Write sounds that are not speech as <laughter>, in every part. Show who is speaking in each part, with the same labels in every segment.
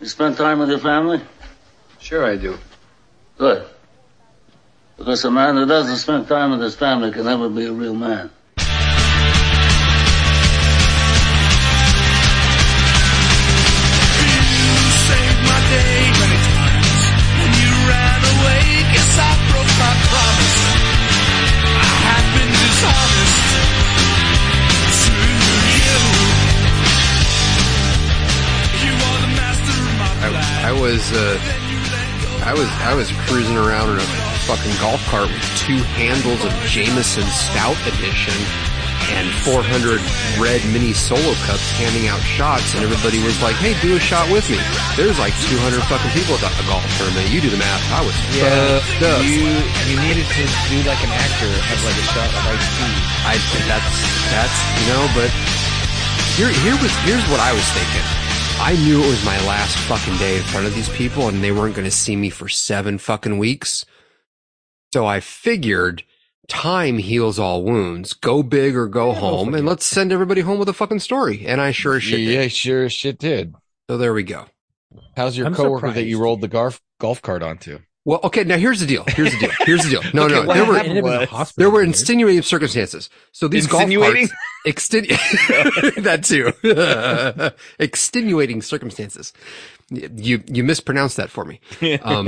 Speaker 1: You spend time with your family?
Speaker 2: Sure I do.
Speaker 1: Good. Because a man who doesn't spend time with his family can never be a real man.
Speaker 2: I was uh, I was I was cruising around in a fucking golf cart with two handles of Jameson Stout Edition and 400 red mini solo cups handing out shots, and everybody was like, "Hey, do a shot with me." There's like 200 fucking people at the golf tournament. You do the math. I was fucked up.
Speaker 3: you you needed to do like an actor, have like a shot of iced tea.
Speaker 2: I that's that's you know, but here here was here's what I was thinking. I knew it was my last fucking day in front of these people and they weren't gonna see me for seven fucking weeks. So I figured time heals all wounds. Go big or go home and let's send everybody home with a fucking story. And I sure as shit did.
Speaker 3: yeah, sure as shit did.
Speaker 2: So there we go.
Speaker 3: How's your
Speaker 4: I'm
Speaker 3: coworker that you
Speaker 4: surprised.
Speaker 3: rolled the golf golf cart onto?
Speaker 2: Well, okay, now here's the deal. Here's the deal. Here's the deal. No,
Speaker 3: Okay,
Speaker 2: no,
Speaker 3: what
Speaker 2: there were <laughs>
Speaker 3: happened? was-
Speaker 2: there were insinuating circumstances. So these golf carts
Speaker 3: Insinuating?
Speaker 2: Exten- <laughs> that too. <laughs> Extenuating circumstances. You you mispronounced that for me.
Speaker 3: <laughs>
Speaker 2: Um,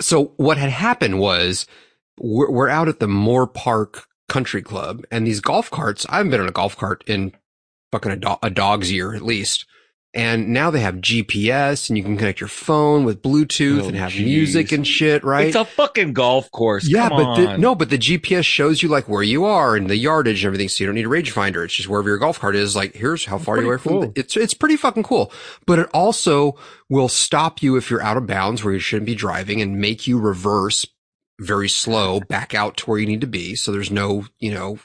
Speaker 2: so what had happened was we're, we're out at the Moore Park Country Club, and these golf carts. I haven't been on a golf cart in fucking a, do- a dog's year at least. And now they have GPS, and you can connect your phone with Bluetooth
Speaker 3: Oh,
Speaker 2: and have
Speaker 3: geez.
Speaker 2: music and shit. Right?
Speaker 4: It's a fucking golf course.
Speaker 2: Yeah,
Speaker 4: Come
Speaker 2: but the,
Speaker 4: on.
Speaker 2: no, but the GPS shows you like where you are and the yardage and everything, so you don't need a rangefinder. It's just wherever your golf cart is. Like here's how far you are
Speaker 4: pretty
Speaker 2: from.
Speaker 4: cool.
Speaker 2: The, it's it's pretty fucking cool. But it also will stop you if you're out of bounds where you shouldn't be driving and make you reverse very slow back out to where you need to be. So there's no you know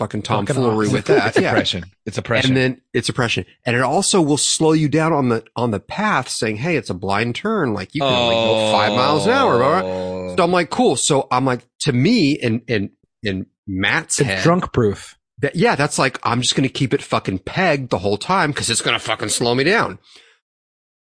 Speaker 2: fucking tomfoolery
Speaker 3: It's <laughs>
Speaker 2: with that. Yeah.
Speaker 3: oppression. It's oppression.
Speaker 2: And then it's oppression, and it also will slow you down on the on the path, saying, "Hey, it's a blind turn. Like you can only go five miles an hour." Blah, blah, blah.
Speaker 3: Oh.
Speaker 2: So I'm like, cool. So I'm like, to me, in in in Matt's head,
Speaker 4: drunk proof.
Speaker 2: that, yeah, that's like I'm just gonna keep it fucking pegged the whole time because it's gonna fucking slow me down.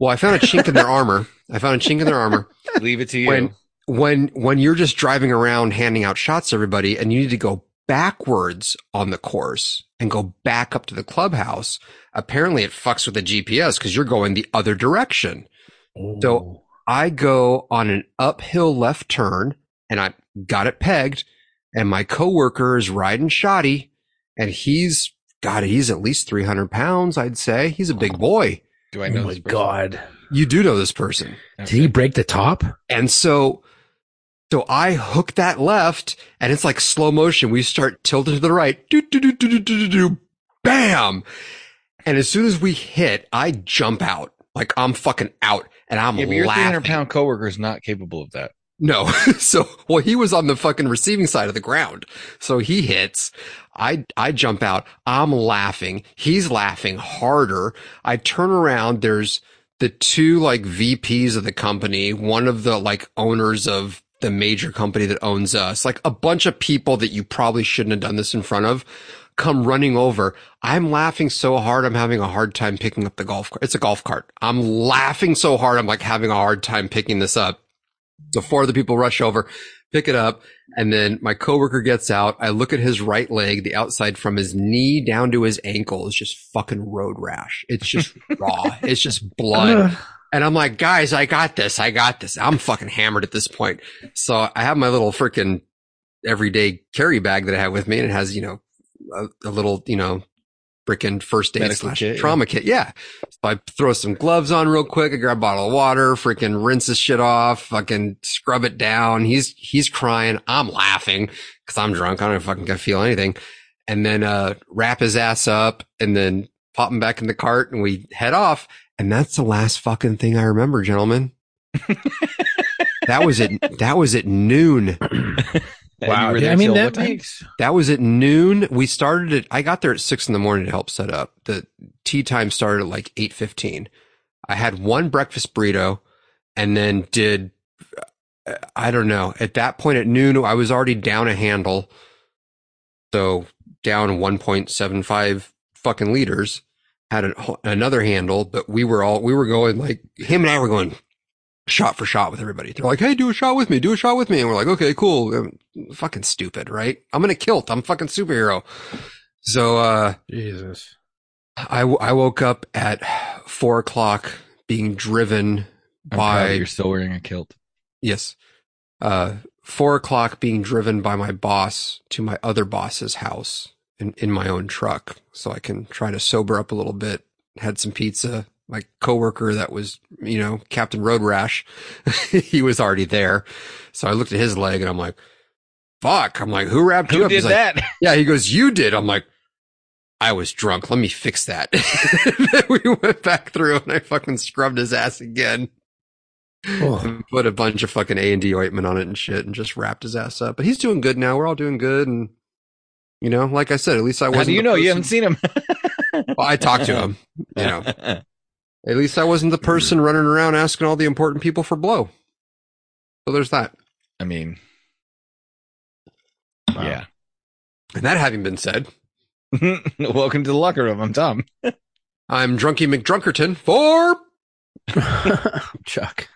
Speaker 2: Well, I found a chink in their armor. I found a chink in their armor
Speaker 3: Leave it to you.
Speaker 2: when when when you're just driving around handing out shots to everybody and you need to go backwards on the course and go back up to the clubhouse apparently it fucks with the gps because you're going the other direction so i go on an uphill left turn and i got it pegged and my coworker is riding shoddy and he's god he's at least 300 pounds i'd say he's a big boy
Speaker 3: do I
Speaker 4: Oh
Speaker 3: know
Speaker 4: my
Speaker 3: this person?
Speaker 4: god!
Speaker 2: you do know this person
Speaker 4: Did he break the top?
Speaker 2: and so, so I hook that left and it's like slow motion. We start tilting to the right. Do, do, do, do, do, do, do, do, bam. And as soon as we hit, I jump out. Like I'm fucking out and I'm
Speaker 3: Yeah, but your 300
Speaker 2: laughing.
Speaker 3: pound coworker is not capable of that.
Speaker 2: No. <laughs> so, well, he was on the fucking receiving side of the ground. So he hits. I, I jump out. I'm laughing. He's laughing harder. I turn around. There's the two like VPs of the company, one of the like owners of the major company that owns us, like a bunch of people that you probably shouldn't have done this in front of come running over. I'm laughing so hard. I'm having a hard time picking up the golf cart. It's a golf cart. I'm laughing so hard. I'm like having a hard time picking this up. So four of the people rush over, pick it up, and then my coworker gets out. I look at his right leg, the outside from his knee down to his ankle is just fucking road rash. It's just raw. It's just blood. And I'm like, guys, I got this. I got this. I'm fucking hammered at this point. So I have my little freaking everyday carry bag that I have with me and it has, you know, a, a little, you know, freaking first aid
Speaker 3: Medical
Speaker 2: slash
Speaker 3: kit, yeah.
Speaker 2: trauma kit. Yeah. So I throw some gloves on real quick. I grab a bottle of water, freaking rinse this shit off, fucking scrub it down. He's, he's crying. I'm laughing because I'm drunk. I don't fucking gotta feel anything. And then, uh, wrap his ass up and then pop him back in the cart and we head off. And that's the last fucking thing I remember, gentlemen. that was at that was at noon.
Speaker 3: And you were there
Speaker 4: I mean
Speaker 3: till
Speaker 4: that
Speaker 3: what time?
Speaker 4: makes
Speaker 2: That was at noon. We started at I got there at six in the morning to help set up. The tea time started at like eight fifteen. I had one breakfast burrito and then did uh, I don't know. At that point at noon I was already down a handle. So down one point seven five fucking liters. had an, another handle, but we were all, we were going like, him and I were going shot for shot with everybody. They're like, Hey, do a shot with me, do a shot with me. And we're like, okay, cool. Um, fucking stupid, right? I'm in a kilt. I'm fucking superhero. So, uh,
Speaker 5: Jesus.
Speaker 2: I, w- I woke up at four o'clock being driven
Speaker 3: I'm proud that
Speaker 2: by
Speaker 3: you're still wearing a kilt.
Speaker 2: <laughs> Yes. Uh, four o'clock being driven by my boss to my other boss's house in, in my own truck so I can try to sober up a little bit. Had some pizza. My coworker that was, you know, Captain Road Rash, <laughs> he was already there. So I looked at his leg and I'm like, fuck. I'm like, who wrapped you
Speaker 3: Who
Speaker 2: up?
Speaker 3: did
Speaker 2: He's like,
Speaker 3: that?
Speaker 2: yeah, he goes, you did. I'm like, I was drunk. Let me fix that. <laughs> Then we went back through and I fucking scrubbed his ass again. <laughs> And put a bunch of fucking A and D ointment on it and shit and just wrapped his ass up. But he's doing good now. We're all doing good. And you know, like I said, at least I wasn't.
Speaker 3: How do you
Speaker 2: the
Speaker 3: know? You haven't
Speaker 2: person-
Speaker 3: seen him.
Speaker 2: Well, I talked to him, you
Speaker 3: <laughs>
Speaker 2: know, at least I wasn't the person running around asking all the important people for blow. So there's that.
Speaker 3: I mean,
Speaker 5: Wow.
Speaker 3: yeah. <laughs>
Speaker 2: And that having been said,
Speaker 3: Welcome to the locker room. I'm Tom.
Speaker 2: I'm Drunky McDrunkerton for
Speaker 5: Chuck.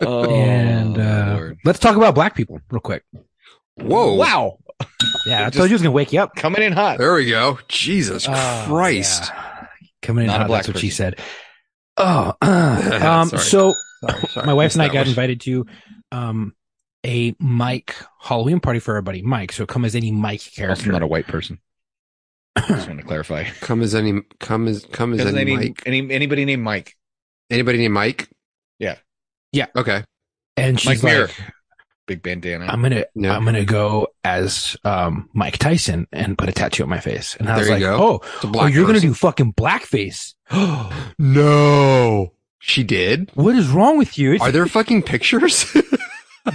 Speaker 3: Oh,
Speaker 5: and uh,
Speaker 3: Lord.
Speaker 5: let's talk about black people real quick.
Speaker 2: whoa.
Speaker 3: wow,
Speaker 5: Yeah, I told you I was gonna wake you up.
Speaker 3: coming in hot.
Speaker 2: There we go. Jesus
Speaker 5: Oh,
Speaker 2: Christ.
Speaker 5: yeah. Coming in,
Speaker 3: Not a
Speaker 5: hot,
Speaker 3: black
Speaker 5: that's what she
Speaker 3: person.
Speaker 5: said. Oh, uh, um,
Speaker 2: Sorry.
Speaker 5: so
Speaker 2: Sorry, sorry.
Speaker 5: my wife and I
Speaker 2: Missed that
Speaker 5: got
Speaker 2: one.
Speaker 5: invited to um a Mike Halloween party for everybody. Mike, so come as any Mike
Speaker 3: Also,
Speaker 5: character.
Speaker 3: not a white person. Just want to clarify.
Speaker 2: Come as any, come as, come as
Speaker 3: Doesn't
Speaker 2: any,
Speaker 3: any,
Speaker 2: Mike.
Speaker 3: any anybody named Mike?
Speaker 2: Anybody named Mike?
Speaker 3: Yeah.
Speaker 5: Yeah.
Speaker 2: Okay.
Speaker 5: and
Speaker 3: Mike
Speaker 5: she's
Speaker 3: Mirror.
Speaker 5: like,
Speaker 3: Big bandana.
Speaker 5: I'm gonna
Speaker 2: Yeah.
Speaker 5: I'm gonna go as um Mike Tyson and put a tattoo on my face. And I
Speaker 2: There
Speaker 5: was
Speaker 2: you
Speaker 5: like,
Speaker 2: go.
Speaker 5: oh,
Speaker 2: It's a
Speaker 5: oh,
Speaker 2: black
Speaker 5: you're
Speaker 2: person.
Speaker 5: gonna do fucking blackface. <gasps>
Speaker 2: no. She did?
Speaker 5: What is wrong with you? It's,
Speaker 2: Are there fucking
Speaker 5: <laughs>
Speaker 2: pictures?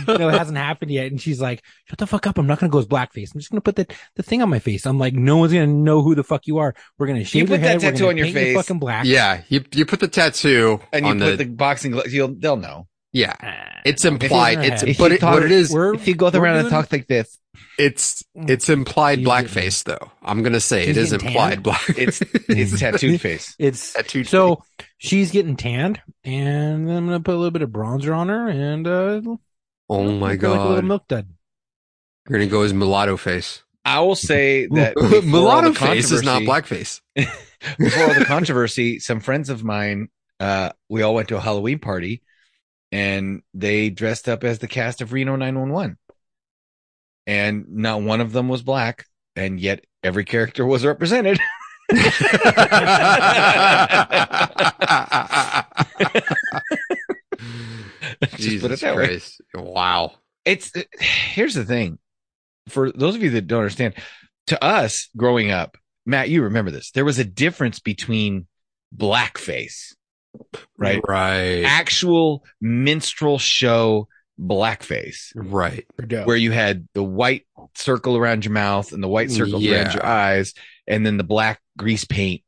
Speaker 5: no, it hasn't happened yet. And she's like, shut the fuck up. I'm not going to go as blackface. I'm just going to put the, the thing on my face. I'm like, no one's going to know who the fuck you are. We're going to shave
Speaker 3: put
Speaker 5: your
Speaker 3: that
Speaker 5: head. We're
Speaker 3: tattoo
Speaker 5: gonna
Speaker 3: on your
Speaker 5: paint
Speaker 3: face.
Speaker 5: fucking black.
Speaker 2: yeah. You, you put the tattoo
Speaker 3: and you
Speaker 2: on
Speaker 3: put the, boxing gloves. You'll they'll know.
Speaker 2: yeah.
Speaker 5: Ah.
Speaker 2: It's implied.
Speaker 5: If you-
Speaker 2: It's,
Speaker 5: if
Speaker 2: but
Speaker 3: you
Speaker 2: it,
Speaker 3: thought
Speaker 2: what it is,
Speaker 5: We're,
Speaker 3: If you go
Speaker 5: we're
Speaker 3: around and
Speaker 5: doing-
Speaker 3: talk like this,
Speaker 2: it's, it's implied
Speaker 5: You didn't.
Speaker 2: blackface though. I'm going to say it
Speaker 5: He's
Speaker 2: is
Speaker 5: getting
Speaker 2: implied
Speaker 5: tanned?
Speaker 2: blackface.
Speaker 3: it's it's tattooed face.
Speaker 5: it's
Speaker 2: Tattoo
Speaker 5: so she's getting tanned, and I'm going to put a little bit of bronzer on her, and uh,
Speaker 2: <laughs> oh my
Speaker 5: look like a little
Speaker 2: God.
Speaker 5: milk dud.
Speaker 2: You're going to go as mulatto face.
Speaker 3: I will say
Speaker 2: <laughs>
Speaker 3: that before all the
Speaker 2: mulatto face is not
Speaker 3: controversy-
Speaker 2: blackface.
Speaker 3: before all the controversy, some friends of mine, uh, we all went to a Halloween party and they dressed up as the cast of Reno 911. And not one of them was black, and yet every character was represented. <laughs> <laughs> Just put it
Speaker 2: Jesus
Speaker 3: that way.
Speaker 2: Christ. Wow.
Speaker 3: It's here's the thing for those of you that don't understand, to us growing up, Matt, you remember this, there was a difference between blackface, right?
Speaker 2: Right.
Speaker 3: actual minstrel show blackface
Speaker 2: right.
Speaker 3: where you had the white circle around your mouth and the white circle around
Speaker 2: Yeah.
Speaker 3: your eyes and then the black grease paint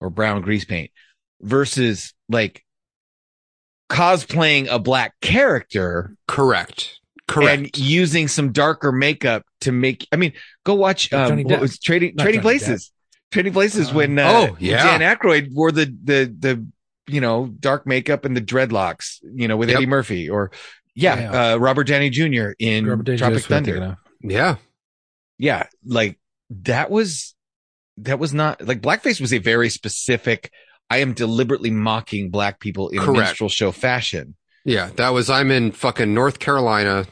Speaker 3: or brown grease paint versus like cosplaying a black character
Speaker 2: Correct. Correct.
Speaker 3: and using some darker makeup to make i mean go watch
Speaker 5: Like
Speaker 3: um
Speaker 5: Johnny
Speaker 3: what
Speaker 5: Depp.
Speaker 3: was trading
Speaker 5: Not
Speaker 3: trading
Speaker 5: Johnny
Speaker 3: places trading places
Speaker 5: Uh,
Speaker 3: when uh,
Speaker 2: oh, yeah.
Speaker 3: Dan Aykroyd wore the the the you know dark makeup and the dreadlocks, you know, with
Speaker 2: Yep.
Speaker 3: Eddie Murphy or yeah,
Speaker 5: Yeah.
Speaker 3: Uh, Robert Downey Jr. in
Speaker 5: Robert
Speaker 3: Tropic
Speaker 5: Downey Jr. is what I'm
Speaker 3: Thunder.
Speaker 5: thinking of.
Speaker 2: yeah.
Speaker 3: Yeah, like that was that was not like blackface was a very specific. I am deliberately mocking black people in
Speaker 2: Correct.
Speaker 3: minstrel show fashion.
Speaker 2: Yeah. That was, I'm in fucking North Carolina,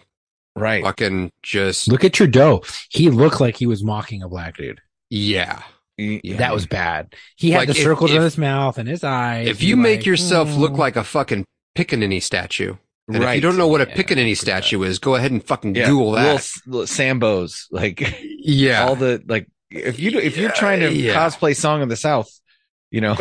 Speaker 3: Right.
Speaker 2: fucking just,
Speaker 5: Look at Trudeau. He looked like he was mocking a black dude.
Speaker 2: yeah.
Speaker 3: Yeah.
Speaker 5: That was bad. He had
Speaker 2: Like,
Speaker 5: the
Speaker 2: if-
Speaker 5: circles in
Speaker 2: if-
Speaker 5: his mouth and his eyes.
Speaker 2: If
Speaker 5: He
Speaker 2: you
Speaker 5: was
Speaker 2: make
Speaker 5: like,
Speaker 2: yourself
Speaker 5: "Mm."
Speaker 2: look like a fucking Pickaninny statue, and
Speaker 3: right.
Speaker 2: if you don't know what a
Speaker 3: Yeah,
Speaker 2: Pickaninny
Speaker 3: pretty
Speaker 2: statue is, go ahead and fucking
Speaker 3: bad. Yeah.
Speaker 2: Google
Speaker 3: Little,
Speaker 2: that.
Speaker 3: s- little Sambos, like
Speaker 2: yeah.
Speaker 3: all the like. If you if you're
Speaker 2: Yeah,
Speaker 3: trying to
Speaker 2: yeah.
Speaker 3: cosplay Song of the South,
Speaker 2: <laughs>
Speaker 3: you know.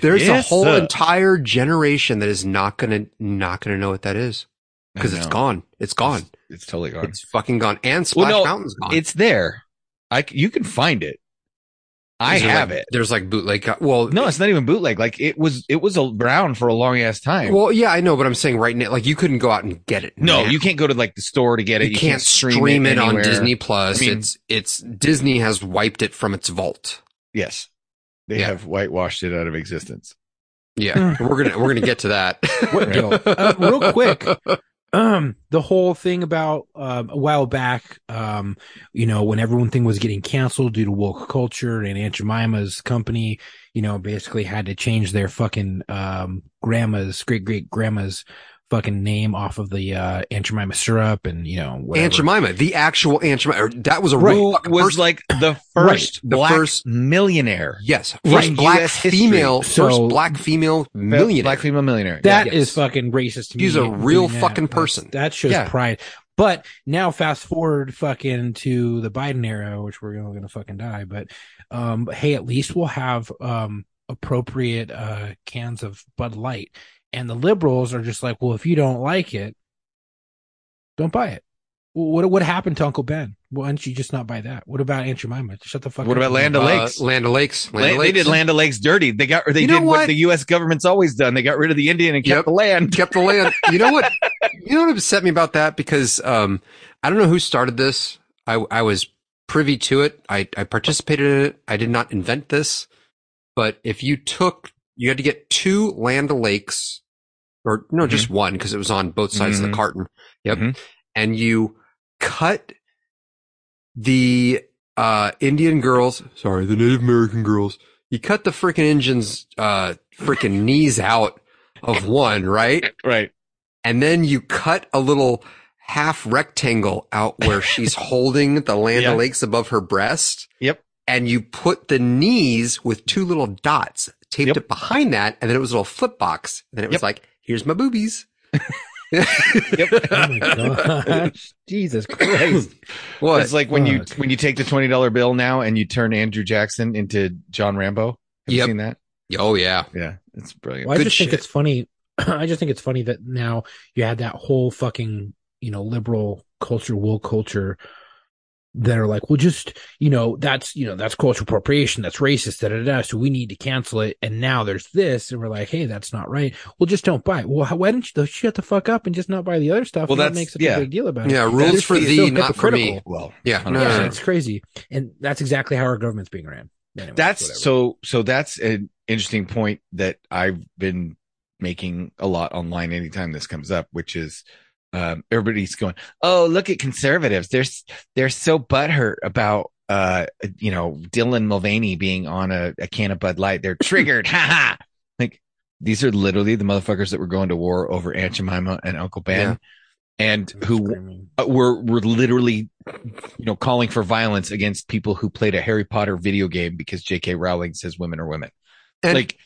Speaker 2: There's a
Speaker 3: Yes,
Speaker 2: whole
Speaker 3: sir.
Speaker 2: entire generation that is not gonna not gonna know what that is because
Speaker 3: I
Speaker 2: it's
Speaker 3: know.
Speaker 2: gone. It's gone.
Speaker 3: It's, it's totally gone.
Speaker 2: It's
Speaker 3: It's,
Speaker 2: fucking gone. And Splash
Speaker 3: no,
Speaker 2: Mountain's gone.
Speaker 3: there. I c- you can find it. I
Speaker 2: Is there,
Speaker 3: have
Speaker 2: like-
Speaker 3: it.
Speaker 2: There's like bootleg. co- Well,
Speaker 3: No, it's not even bootleg. Like it was, it was around for a long ass time.
Speaker 2: Well, yeah, I know, but I'm saying right now, like you couldn't go out and get it.
Speaker 3: no,
Speaker 2: now.
Speaker 3: you can't go to like the store to get it.
Speaker 2: You, can't, stream, it, on
Speaker 3: anywhere.
Speaker 2: Disney Plus.
Speaker 3: I mean-
Speaker 2: it's it's Disney has wiped it from its vault.
Speaker 3: Yes, they
Speaker 2: Yeah.
Speaker 3: have whitewashed it out of existence.
Speaker 2: Yeah,
Speaker 3: Hmm.
Speaker 2: we're gonna we're gonna get to that.
Speaker 5: What, Bill? Uh, real quick. um the whole thing about um a while back um you know when everyone thing was getting canceled due to woke culture and aunt jemima's company you know basically had to change their fucking um grandma's great great grandma's fucking name off of the uh aunt jemima syrup and you know whatever.
Speaker 2: Aunt Jemima, the actual Aunt Jemima, or that was a
Speaker 5: Right.
Speaker 2: real
Speaker 3: Who
Speaker 2: fucking
Speaker 3: was
Speaker 2: person.
Speaker 3: like the
Speaker 5: Right.
Speaker 3: first
Speaker 2: The
Speaker 3: black
Speaker 2: first-
Speaker 3: millionaire?
Speaker 2: yes,
Speaker 3: in
Speaker 2: first black
Speaker 3: US history.
Speaker 2: female,
Speaker 5: So-
Speaker 2: first black female millionaire.
Speaker 3: Black female millionaire.
Speaker 5: That is
Speaker 2: Yes.
Speaker 5: fucking racist to me.
Speaker 2: He's a real
Speaker 5: Doing that.
Speaker 2: fucking
Speaker 5: That's-
Speaker 2: person.
Speaker 5: That shows
Speaker 3: Yeah.
Speaker 5: pride. But now fast forward fucking to the Biden era, which we're all gonna fucking die. But um hey, at least we'll have um appropriate uh cans of Bud Light. And the liberals are just like, Well, if you don't like it, don't buy it. Well, what what happened to Uncle Ben? Why don't you just not buy that? What about Aunt Jemima? Shut the fuck
Speaker 3: What
Speaker 5: up.
Speaker 3: about Land
Speaker 2: Uh,
Speaker 3: Lakes.
Speaker 2: Land O'Lakes.
Speaker 3: La- they did Land O'Lakes dirty. They got or they
Speaker 2: You know
Speaker 3: did what?
Speaker 2: what?
Speaker 3: the U.S. government's always done. They got rid of the Indian and kept
Speaker 2: Yep.
Speaker 3: the land.
Speaker 2: kept the land. You know what? You know what upset me about that because um, I don't know who started this. I I was privy to it. I I participated in it. I did not invent this. But if you took, you had to get two Land Lakes, or no, just one because it was on both sides of
Speaker 3: Mhm.
Speaker 2: the carton. <laughs> Yep,
Speaker 3: Mhm.
Speaker 2: and you cut the uh Indian girls. Sorry, the Native American girls. You cut the freaking engines, uh, freaking knees out of one, right?
Speaker 3: Right.
Speaker 2: and then you cut a little half rectangle out where
Speaker 3: <laughs>
Speaker 2: she's holding the land
Speaker 3: Yeah.
Speaker 2: lakes above her breast.
Speaker 3: Yep.
Speaker 2: And you put the knees with two little dots taped
Speaker 3: Yep.
Speaker 2: it behind that, and then it was a little flip box. And then it was
Speaker 3: Yep.
Speaker 2: like, "Here's my
Speaker 3: <laughs>
Speaker 2: boobies." <laughs>
Speaker 5: Oh my gosh. Jesus Christ.
Speaker 2: What?
Speaker 3: it's like when you
Speaker 5: fuck.
Speaker 3: when you take the twenty dollar bill now and you turn Andrew Jackson into John Rambo. Have you
Speaker 2: Yep.
Speaker 3: seen that?
Speaker 2: oh yeah,
Speaker 3: Yeah, it's brilliant.
Speaker 5: Well, I
Speaker 2: Good
Speaker 5: just
Speaker 2: shit.
Speaker 5: think it's funny. <clears throat> I just think it's funny that now you had that whole fucking, you know, liberal culture, wool culture that are like, well, just, you know, that's, you know, that's cultural appropriation. That's racist. Da, da, da, so we need to cancel it. And now there's this. And we're like, hey, that's not right. Well, just don't buy it. Well, how, why don't you shut the fuck up and just not buy the other stuff?
Speaker 3: Well,
Speaker 5: and not
Speaker 3: that's-
Speaker 5: make such
Speaker 3: yeah.
Speaker 5: a big deal about it.
Speaker 2: yeah. Rules
Speaker 5: That's-
Speaker 2: for
Speaker 5: it's
Speaker 2: thee,
Speaker 5: so
Speaker 2: not for me.
Speaker 5: hypocritical.
Speaker 3: well,
Speaker 2: Yeah, no,
Speaker 5: Yeah,
Speaker 2: no, no.
Speaker 5: it's crazy. And that's exactly how our government's being ran. Anyway,
Speaker 3: that's
Speaker 5: whatever.
Speaker 3: so so that's an interesting point that I've been making a lot online anytime this comes up, which is um, everybody's going, oh look at conservatives, they're s- they're so butthurt about uh you know Dylan Mulvaney being on a, a can of Bud Light, they're triggered, ha ha. Like these are literally the motherfuckers that were going to war over Aunt Jemima and Uncle Ben,
Speaker 2: Yeah.
Speaker 3: and who
Speaker 5: Screaming.
Speaker 3: uh, were were literally you know calling for violence against people who played a Harry Potter video game because J.K. Rowling says women are women.
Speaker 2: And-
Speaker 3: like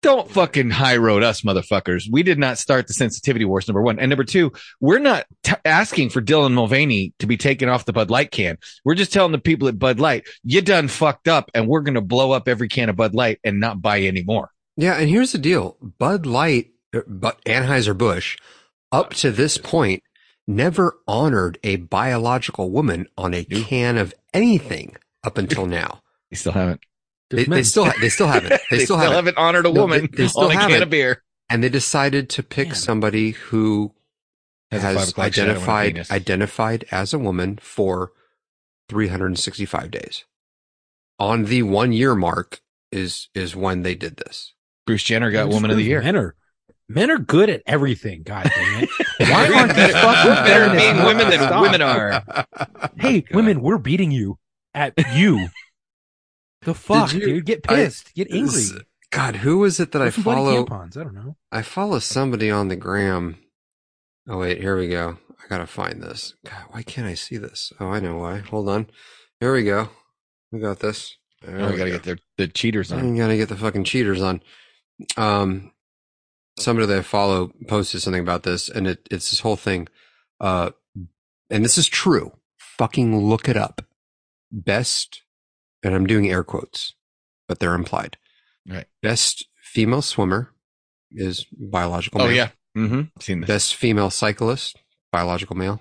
Speaker 3: don't fucking high road us motherfuckers. We did not start the sensitivity wars number 1. And number 2, we're not t- asking for Dylan Mulvaney to be taken off the Bud Light can. We're just telling the people at Bud Light, you done fucked up and we're going to blow up every can of Bud Light and not buy any more.
Speaker 2: Yeah, and here's the deal: Bud Light, er, but Anheuser Busch, up to this point, never honored a biological woman on a
Speaker 3: Nope.
Speaker 2: can of anything up until
Speaker 3: <laughs>
Speaker 2: now.
Speaker 3: They still haven't.
Speaker 2: They,
Speaker 5: Men.
Speaker 2: they still ha- they still haven't.
Speaker 3: <laughs>
Speaker 2: They, still, haven't.
Speaker 3: honored a
Speaker 2: No,
Speaker 3: woman
Speaker 2: they- they still
Speaker 3: on a can
Speaker 2: haven't.
Speaker 3: of beer.
Speaker 2: And they decided to pick
Speaker 5: Man.
Speaker 2: somebody who
Speaker 3: Has
Speaker 2: has,
Speaker 3: a five o'clock shadow on her
Speaker 2: identified
Speaker 3: penis.
Speaker 2: identified as a woman for 365 days. On the one year mark is is when they did this.
Speaker 3: Bruce Jenner got
Speaker 5: Just
Speaker 3: woman of the
Speaker 5: prove
Speaker 3: year.
Speaker 5: Men are men are good at everything. God
Speaker 3: <laughs>
Speaker 5: damn it! Why aren't
Speaker 3: Better-
Speaker 5: these fucking
Speaker 3: better
Speaker 5: feminists
Speaker 3: being
Speaker 5: not
Speaker 3: women than
Speaker 5: stopped?
Speaker 3: women are.
Speaker 5: <laughs> Hey,
Speaker 3: God.
Speaker 5: women, we're beating you at you. the fuck,
Speaker 2: you-
Speaker 5: dude? Get
Speaker 2: I-
Speaker 5: pissed. get angry.
Speaker 2: Is- God, who is it that I
Speaker 5: Put some bloody
Speaker 2: follow?
Speaker 5: Tampons. I don't know.
Speaker 2: I follow somebody on the gram. Oh wait, here we go. I gotta find this. God, why can't I see this? Oh, I know why. Hold on. Here we go. We got this. There
Speaker 3: Oh, we gotta
Speaker 2: go.
Speaker 3: get their the cheaters on.
Speaker 2: You gotta get the fucking cheaters on. Um, somebody that I follow posted something about this, and it, it's this whole thing. Uh, and this is true. Fucking look it up. Best, and I'm doing air quotes, but they're implied.
Speaker 3: Right.
Speaker 2: Best female swimmer is biological.
Speaker 3: Oh
Speaker 2: male.
Speaker 3: yeah, mm-hmm. seen this.
Speaker 2: Best female cyclist, biological male.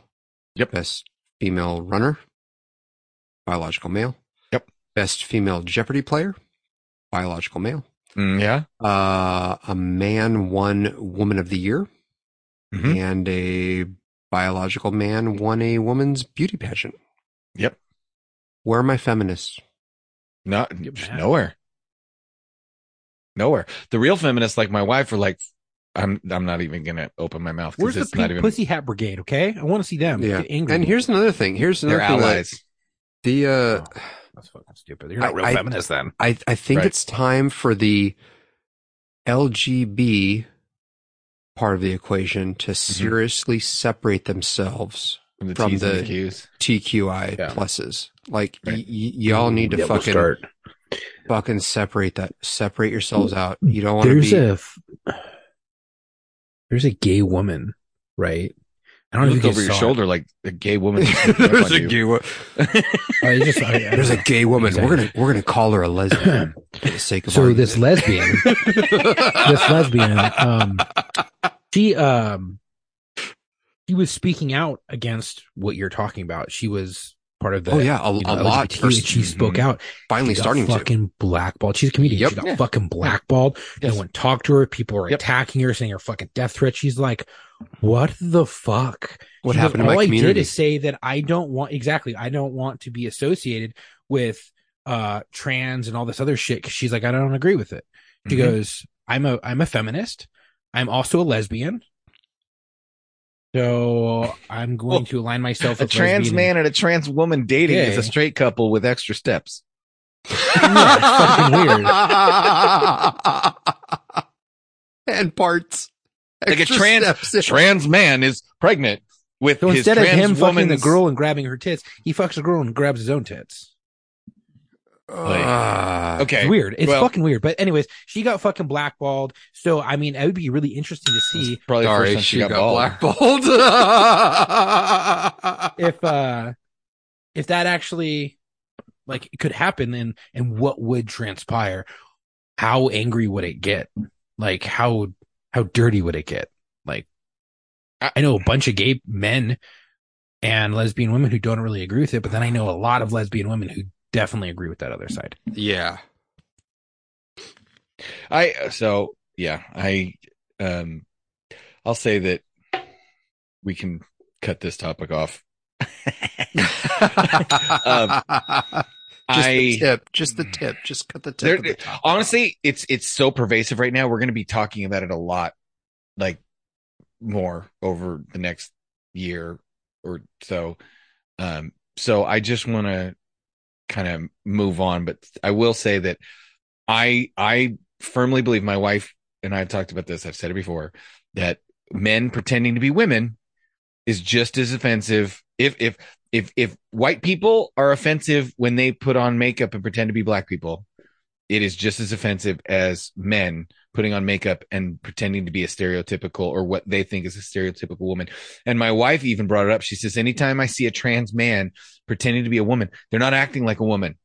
Speaker 3: Yep.
Speaker 2: Best female runner, biological male.
Speaker 3: Yep.
Speaker 2: Best female Jeopardy player, biological male.
Speaker 3: Mm, yeah.
Speaker 2: Uh, a man won Woman of the Year,
Speaker 3: Mhm.
Speaker 2: and a biological man won a woman's beauty pageant.
Speaker 3: Yep.
Speaker 2: Where are my feminists?
Speaker 3: Not
Speaker 5: Get
Speaker 3: pff,
Speaker 5: back.
Speaker 3: nowhere. Nowhere. The real feminists like my wife are like, I'm I'm not even gonna open my mouth
Speaker 5: Where's
Speaker 3: because
Speaker 5: the
Speaker 3: it's not
Speaker 5: pink
Speaker 3: even
Speaker 5: pussy hat brigade? Okay, I want to see them.
Speaker 2: Yeah.
Speaker 5: Get angry.
Speaker 2: And here's another thing. Here's
Speaker 3: they're
Speaker 2: another thing. that-
Speaker 3: allies. Oh.
Speaker 2: the uh,
Speaker 5: that's fucking stupid. You're not
Speaker 2: I-
Speaker 5: real
Speaker 2: I-
Speaker 5: feminist then.
Speaker 2: I I think
Speaker 3: Right.
Speaker 2: it's time for the LGB part of the equation to seriously separate themselves
Speaker 3: From the
Speaker 2: from
Speaker 3: T's and
Speaker 2: the-
Speaker 3: the Q's.
Speaker 2: TQI
Speaker 3: Yeah.
Speaker 2: pluses. Like y- y-
Speaker 3: Right.
Speaker 2: y'all need to
Speaker 4: Yeah, we'll
Speaker 2: fucking
Speaker 4: start.
Speaker 2: fucking separate that. Separate yourselves out. You don't want to
Speaker 5: There's
Speaker 2: be.
Speaker 5: a f- there's a gay woman, right? I don't know
Speaker 3: Look
Speaker 5: if you
Speaker 3: over
Speaker 5: guys
Speaker 3: your
Speaker 5: saw
Speaker 3: shoulder like a gay
Speaker 5: <laughs>
Speaker 3: woman.
Speaker 2: <laughs> there's a gay. wo-
Speaker 5: it. I just, I- I don't
Speaker 2: There's a
Speaker 5: know.
Speaker 2: gay woman. We're gonna we're gonna call her a
Speaker 3: <laughs>
Speaker 2: lesbian for the sake of
Speaker 5: so
Speaker 2: argument.
Speaker 5: this lesbian,
Speaker 2: <laughs>
Speaker 5: this lesbian, um, she um, she was speaking out against what you're talking about. She was part of the
Speaker 2: oh yeah, a,
Speaker 5: you know,
Speaker 2: a lot.
Speaker 5: LGBT,
Speaker 2: We're
Speaker 5: and she spoke
Speaker 3: Mhm.
Speaker 5: out.
Speaker 2: finally
Speaker 5: She got
Speaker 2: starting to.
Speaker 5: fucking blackballed. She's a comedian.
Speaker 2: Yep.
Speaker 5: She got
Speaker 3: Yeah.
Speaker 5: fucking blackballed.
Speaker 3: Yes.
Speaker 5: No one talked to her. People are
Speaker 3: Yep.
Speaker 5: attacking her, saying her fucking death threat. She's like, "What the fuck?"
Speaker 2: What
Speaker 5: She goes,
Speaker 2: happened to my
Speaker 5: All I did
Speaker 2: community?"
Speaker 5: is say that I don't want exactly. I don't want to be associated with uh trans and all this other shit. Cause she's like, I don't agree with it. She
Speaker 3: Mhm.
Speaker 5: goes, I'm a I'm a feminist. I'm also a lesbian. So I'm going to align myself
Speaker 3: A
Speaker 5: with
Speaker 3: trans
Speaker 5: lesbian-
Speaker 3: man and a trans woman dating is
Speaker 5: Gay.
Speaker 3: a straight couple with extra steps.
Speaker 2: Yeah, it's fucking weird. <laughs> and parts.
Speaker 3: Like a
Speaker 2: Extra
Speaker 3: trans-
Speaker 2: steps in.
Speaker 3: Trans man is pregnant with
Speaker 5: So
Speaker 3: his
Speaker 5: instead of
Speaker 3: trans
Speaker 5: him fucking
Speaker 3: woman's
Speaker 5: the girl and grabbing her tits, he fucks the girl and grabs his own tits.
Speaker 2: Ah.
Speaker 3: Okay.
Speaker 5: It's weird. It's
Speaker 3: well-
Speaker 5: fucking weird. But anyways, she got fucking blackballed. So I mean, it would be really interesting to see
Speaker 3: It's Probably the first
Speaker 2: Sorry,
Speaker 3: time
Speaker 2: she, got,
Speaker 3: bald.
Speaker 2: <laughs> blackballed.
Speaker 5: if uh if that actually like could happen and and what would transpire. How angry would it get? Like how how dirty would it get? Like I I know a bunch of gay men and lesbian women who don't really agree with it, but then I know a lot of lesbian women who definitely agree with that other side.
Speaker 3: <laughs>
Speaker 2: yeah.
Speaker 3: I so yeah, I um I'll say that we can cut this
Speaker 2: <laughs>
Speaker 3: topic off. <laughs> Um,
Speaker 2: just
Speaker 3: I
Speaker 2: the tip. Just the tip. Just cut the tip.
Speaker 3: there,
Speaker 2: of the top.
Speaker 3: honestly, it's it's so pervasive right now. We're going to be talking about it a lot, like more over the next year or so. Um, so I just want to kind of move on, but I will say that I I firmly believe my wife and I have talked about this. I've said it before that men pretending to be women is just as offensive. If if if if white people are offensive when they put on makeup and pretend to be black people, it is just as offensive as men putting on makeup and pretending to be a stereotypical or what they think is a stereotypical woman. And my wife even brought it up. She says, anytime I see a trans man pretending to be a woman, they're not acting like a woman.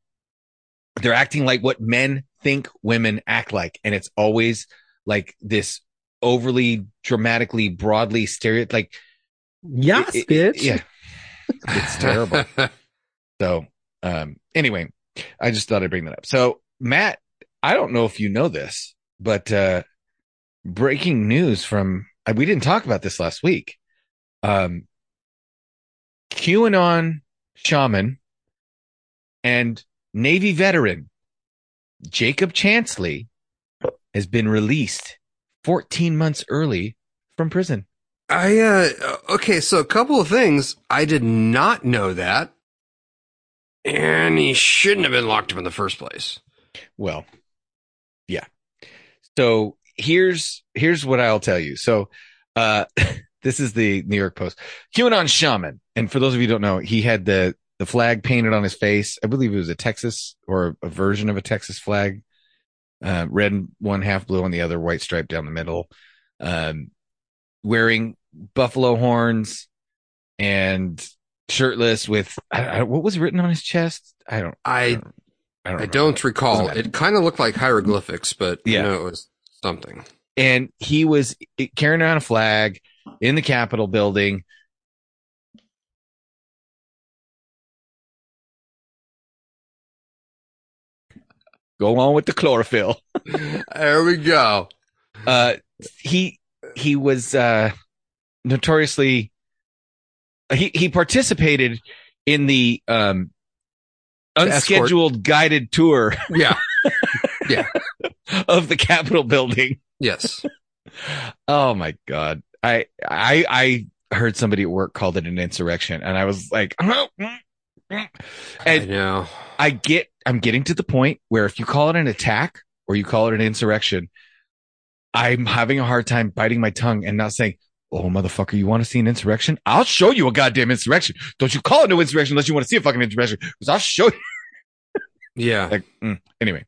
Speaker 3: They're acting like what men think women act like. And it's always like this overly dramatically broadly stereo, like,
Speaker 5: Yes,
Speaker 3: it- it-
Speaker 5: bitch. <laughs>
Speaker 3: yeah, <laughs> it's terrible. So, um, anyway, I just thought I'd bring that up. So, Matt, I don't know if you know this, but uh, breaking news from uh, we didn't talk about this last week. Um, QAnon shaman and Navy veteran Jacob Chansley has been released 14 months early from prison.
Speaker 2: <laughs> I uh okay, so a couple of things. I did not know that. And he shouldn't have been locked up in the first place.
Speaker 3: Well, yeah. So here's here's what I'll tell you. So uh <laughs> this is the New York Post. QAnon shaman. And for those of you who don't know, he had the the flag painted on his face. I believe it was a Texas or a version of a Texas flag. Uh red one half blue on the other, white stripe down the middle. Um wearing buffalo horns and shirtless with I, I, what was written on his chest? I don't
Speaker 2: I
Speaker 3: I don't
Speaker 2: I
Speaker 3: remember.
Speaker 2: don't recall.
Speaker 3: Doesn't matter.
Speaker 2: It kind of looked like hieroglyphics, but
Speaker 3: Yeah.
Speaker 2: you know it was something.
Speaker 3: and he was carrying around a flag in the Capitol building. Go on with the chlorophyll.
Speaker 2: There we go.
Speaker 3: Uh, he he was uh, notoriously he he participated in the um,
Speaker 2: The escort.
Speaker 3: unscheduled guided tour <laughs>
Speaker 2: Yeah.
Speaker 3: of the Capitol building.
Speaker 2: Yes.
Speaker 3: Oh my god. I I I heard somebody at work called it an insurrection and I was like
Speaker 2: I
Speaker 3: and
Speaker 2: know.
Speaker 3: I get I'm getting to the point where if you call it an attack or you call it an insurrection, I'm having a hard time biting my tongue and not saying, Oh motherfucker, you want to see an insurrection? I'll show you a goddamn insurrection. Don't you call it no insurrection unless you want to see a fucking insurrection. Because I'll show you
Speaker 2: Yeah.
Speaker 3: like mm. anyway.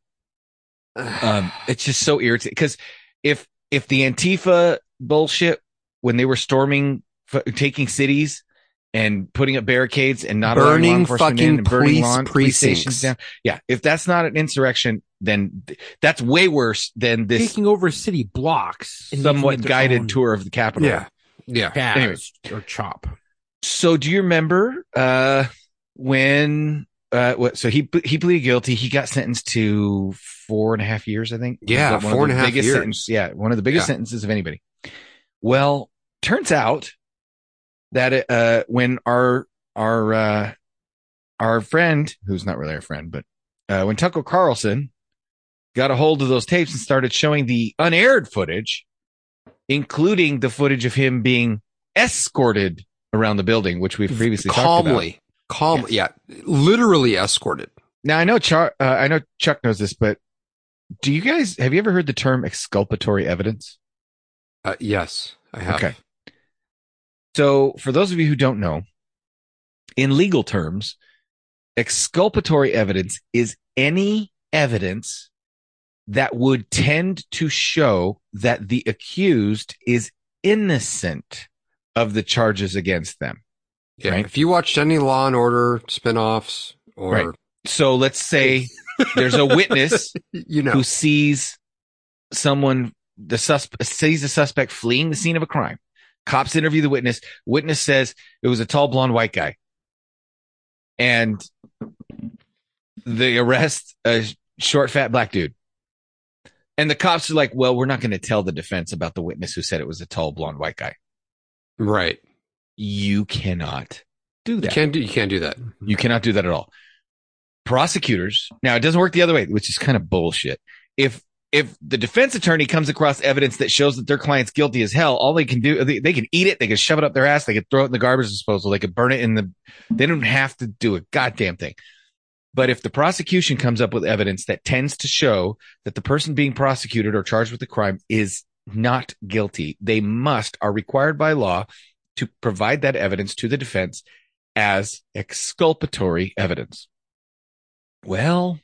Speaker 3: um, it's just so irritating because if if the Antifa bullshit when they were storming, f- taking cities and putting up barricades and not allowing
Speaker 2: Burning
Speaker 3: law enforcement in
Speaker 2: fucking
Speaker 3: and burning
Speaker 2: police
Speaker 3: law police stations
Speaker 2: precincts.
Speaker 3: down, yeah, if that's not an insurrection, then th- that's way worse than this
Speaker 5: taking over city blocks, and
Speaker 3: somewhat
Speaker 5: making it their own
Speaker 3: guided tour of the Capitol.
Speaker 2: yeah. Yeah.
Speaker 5: paths
Speaker 3: Anyway.
Speaker 5: or chop.
Speaker 3: So do you remember uh when? Uh, what, so he he pleaded guilty. He got sentenced to four and a half years, I think.
Speaker 2: Yeah,
Speaker 3: Was that one of
Speaker 2: four and
Speaker 3: the
Speaker 2: a half
Speaker 3: biggest
Speaker 2: years.
Speaker 3: sentence- yeah, one of the biggest
Speaker 2: Yeah.
Speaker 3: sentences of anybody. Well, turns out that uh, when our our uh, our friend, who's not really our friend, but uh, when Tucker Carlson got a hold of those tapes and started showing the unaired footage, including the footage of him being escorted around the building, which we've previously talked about.
Speaker 2: Calmly. Calmly. Yeah. Literally escorted.
Speaker 3: Now I know Chuck. Uh, I know Chuck knows this, but do you guys have you ever heard the term exculpatory evidence?
Speaker 2: Uh, yes. I have.
Speaker 3: Okay. So, for those of you who don't know, in legal terms, exculpatory evidence is any evidence that would tend to show that the accused is innocent of the charges against them.
Speaker 2: Yeah.
Speaker 3: Right.
Speaker 2: If you watched any Law and Order spinoffs or,
Speaker 3: Right. So, let's say there's a witness
Speaker 2: you know,
Speaker 3: who sees someone the susp- sees a suspect fleeing the scene of a crime. Cops interview the witness. Witness says it was a tall blonde white guy, and they arrest a sh- short fat black dude. And the cops are like, "Well, we're not going to tell the defense about the witness who said it was a tall blonde white guy.
Speaker 2: right.
Speaker 3: You cannot do
Speaker 2: You
Speaker 3: that.
Speaker 2: can't do, you can't do that.
Speaker 3: You cannot do that at all. Prosecutors. Now it doesn't work the other way, which is kind of bullshit. If if the defense attorney comes across evidence that shows that their client's guilty as hell, all they can do they, they can eat it, they can shove it up their ass, they can throw it in the garbage disposal, they could burn it in the they don't have to do a goddamn thing. But if the prosecution comes up with evidence that tends to show that the person being prosecuted or charged with the crime is not guilty, they must are required by law to provide that evidence to the defense as exculpatory evidence. Well,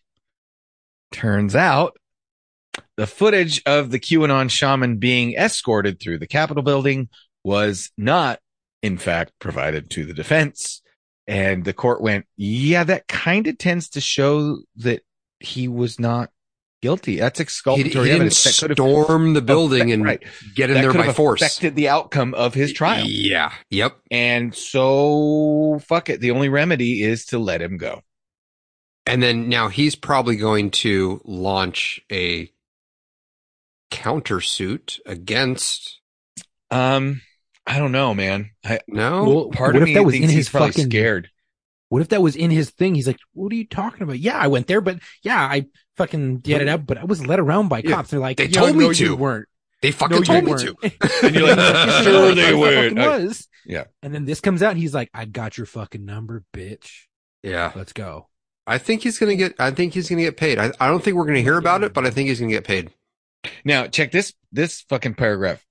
Speaker 3: turns out the footage of the QAnon shaman being escorted through the Capitol building was not, in fact, provided to the defense. And the court went, yeah, that kind of tends to show that he was not guilty. That's
Speaker 2: He, he
Speaker 3: exculpatory
Speaker 2: didn't
Speaker 3: evidence. That could've
Speaker 2: storm the building and
Speaker 3: right.
Speaker 2: get in
Speaker 3: that
Speaker 2: there
Speaker 3: could've
Speaker 2: by force.
Speaker 3: affected the outcome of his trial.
Speaker 2: Yeah. Yep.
Speaker 3: And so, fuck it. The only remedy is to let him go.
Speaker 2: And then now he's probably going to launch a countersuit against
Speaker 3: Um, I don't know, man. I,
Speaker 2: no
Speaker 5: Well,
Speaker 3: Oh, part of
Speaker 5: what if
Speaker 3: me
Speaker 5: that was
Speaker 3: thinks
Speaker 5: in
Speaker 3: he's
Speaker 5: his
Speaker 3: probably
Speaker 5: fucking-
Speaker 3: scared.
Speaker 5: What if that was in his thing? He's like, "What are you talking about? Yeah, I went there, but yeah, I fucking did it up, but I was led around by
Speaker 2: Yeah.
Speaker 5: cops. They're like,
Speaker 2: They
Speaker 5: "Yeah,
Speaker 2: told me
Speaker 5: no, you
Speaker 2: to."
Speaker 5: weren't.
Speaker 2: they
Speaker 5: No,
Speaker 2: fucking
Speaker 5: you
Speaker 2: told me
Speaker 5: weren't. <laughs>
Speaker 2: to
Speaker 3: <laughs> And you're
Speaker 2: <laughs>
Speaker 3: like, sure they
Speaker 5: I
Speaker 3: would.
Speaker 5: fucking
Speaker 3: I-
Speaker 5: was.
Speaker 3: Yeah.
Speaker 5: And then this comes out, and he's like, "I got your fucking number, bitch.
Speaker 2: yeah
Speaker 5: Let's go."
Speaker 2: i think he's gonna get i think he's gonna get paid i, I don't think we're gonna hear about it but i think he's gonna get paid
Speaker 3: Now, check this this fucking paragraph.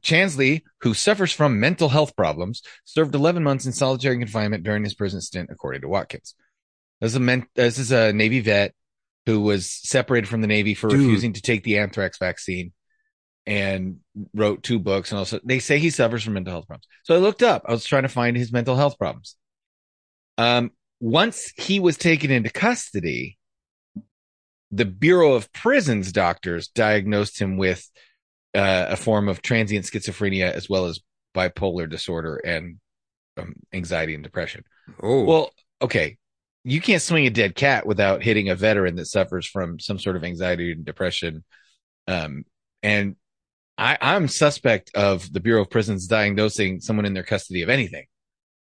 Speaker 3: Chansley, who suffers from mental health problems, served 11 months in solitary confinement during his prison stint, according to Watkins. This is a, men- this is a Navy vet who was separated from the Navy for
Speaker 2: Dude.
Speaker 3: refusing to take the anthrax vaccine and wrote two books. And also, they say he suffers from mental health problems. So I looked up, I was trying to find his mental health problems. Um, once he was taken into custody, the Bureau of Prisons doctors diagnosed him with uh, a form of transient schizophrenia as well as bipolar disorder and um, anxiety and depression.
Speaker 2: oh
Speaker 3: Well, okay. you can't swing a dead cat without hitting a veteran that suffers from some sort of anxiety and depression. Um, and I, I'm suspect of the Bureau of Prisons diagnosing someone in their custody of anything.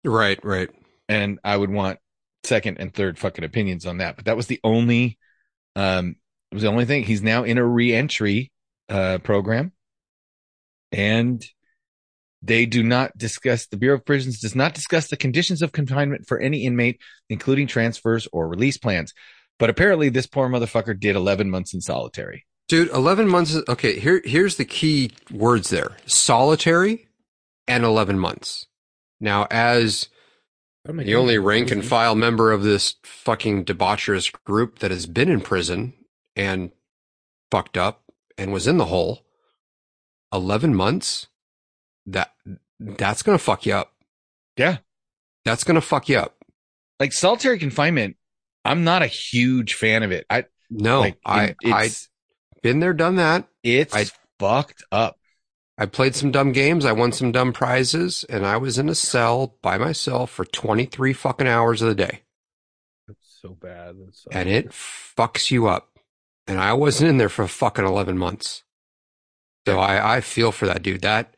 Speaker 2: Right, right.
Speaker 3: And I would want second and third fucking opinions on that. But that was the only, um, it was the only thing. He's now in a reentry uh, program, and they do not discuss the Bureau of Prisons does not discuss the conditions of confinement for any inmate, including transfers or release plans. But apparently, this poor motherfucker did 11 months in solitary.
Speaker 2: Dude, 11 months. is- Okay, here, here's the key words there solitary and 11 months. Now, as the only rank
Speaker 3: Mm-hmm.
Speaker 2: and file member of this fucking debaucherous group that has been in prison and fucked up and was in the hole, 11 months, that, that's going to fuck you up.
Speaker 3: Yeah.
Speaker 2: That's going to fuck you up.
Speaker 3: Like solitary confinement, I'm not a huge fan of it. I
Speaker 2: No,
Speaker 3: like
Speaker 2: Oh, I,
Speaker 3: it-
Speaker 2: I,
Speaker 3: it's
Speaker 2: been there, done that.
Speaker 3: it's
Speaker 2: I-
Speaker 3: fucked up.
Speaker 2: I played some dumb games. I won some dumb prizes, and I was in a cell by myself for 23 fucking hours of the day.
Speaker 5: That's so bad. That's so
Speaker 2: And it fucks you up. And I wasn't in there for fucking 11 months. So I, I feel for that dude. That,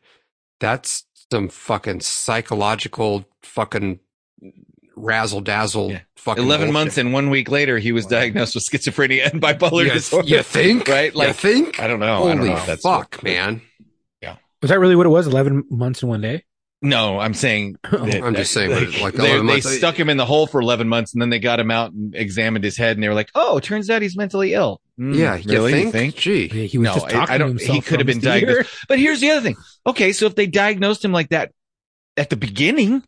Speaker 2: that's some fucking psychological fucking razzle dazzle
Speaker 3: Yeah.
Speaker 2: fucking
Speaker 3: 11
Speaker 2: bullshit.
Speaker 3: months and one week later, he was
Speaker 5: Wow.
Speaker 3: diagnosed with schizophrenia and bipolar
Speaker 2: you,
Speaker 3: disorder.
Speaker 2: you think?
Speaker 3: Right?
Speaker 2: you
Speaker 3: Like,
Speaker 2: think?
Speaker 3: I don't know.
Speaker 2: Holy
Speaker 3: I don't know if that's
Speaker 2: fuck, man.
Speaker 5: Was that really what it was? Eleven months in one day. <laughs> Oh,
Speaker 3: No, I'm saying that-
Speaker 2: I'm just saying,
Speaker 3: that-
Speaker 2: like,
Speaker 3: they,
Speaker 2: 11
Speaker 3: they
Speaker 2: months-
Speaker 3: stuck him in the hole for 11 months and then they got him out and examined his head and they were like, oh, turns out he's mentally ill. Mm,
Speaker 2: yeah.
Speaker 3: really?
Speaker 2: You think? Gee.
Speaker 5: Yeah, he was
Speaker 3: No,
Speaker 5: just
Speaker 3: I-
Speaker 5: talking
Speaker 3: I don't-
Speaker 5: to himself.
Speaker 3: he could have
Speaker 5: for
Speaker 3: been
Speaker 5: almost a year.
Speaker 3: But here's the other thing. Okay, so if they diagnosed him like that at the beginning,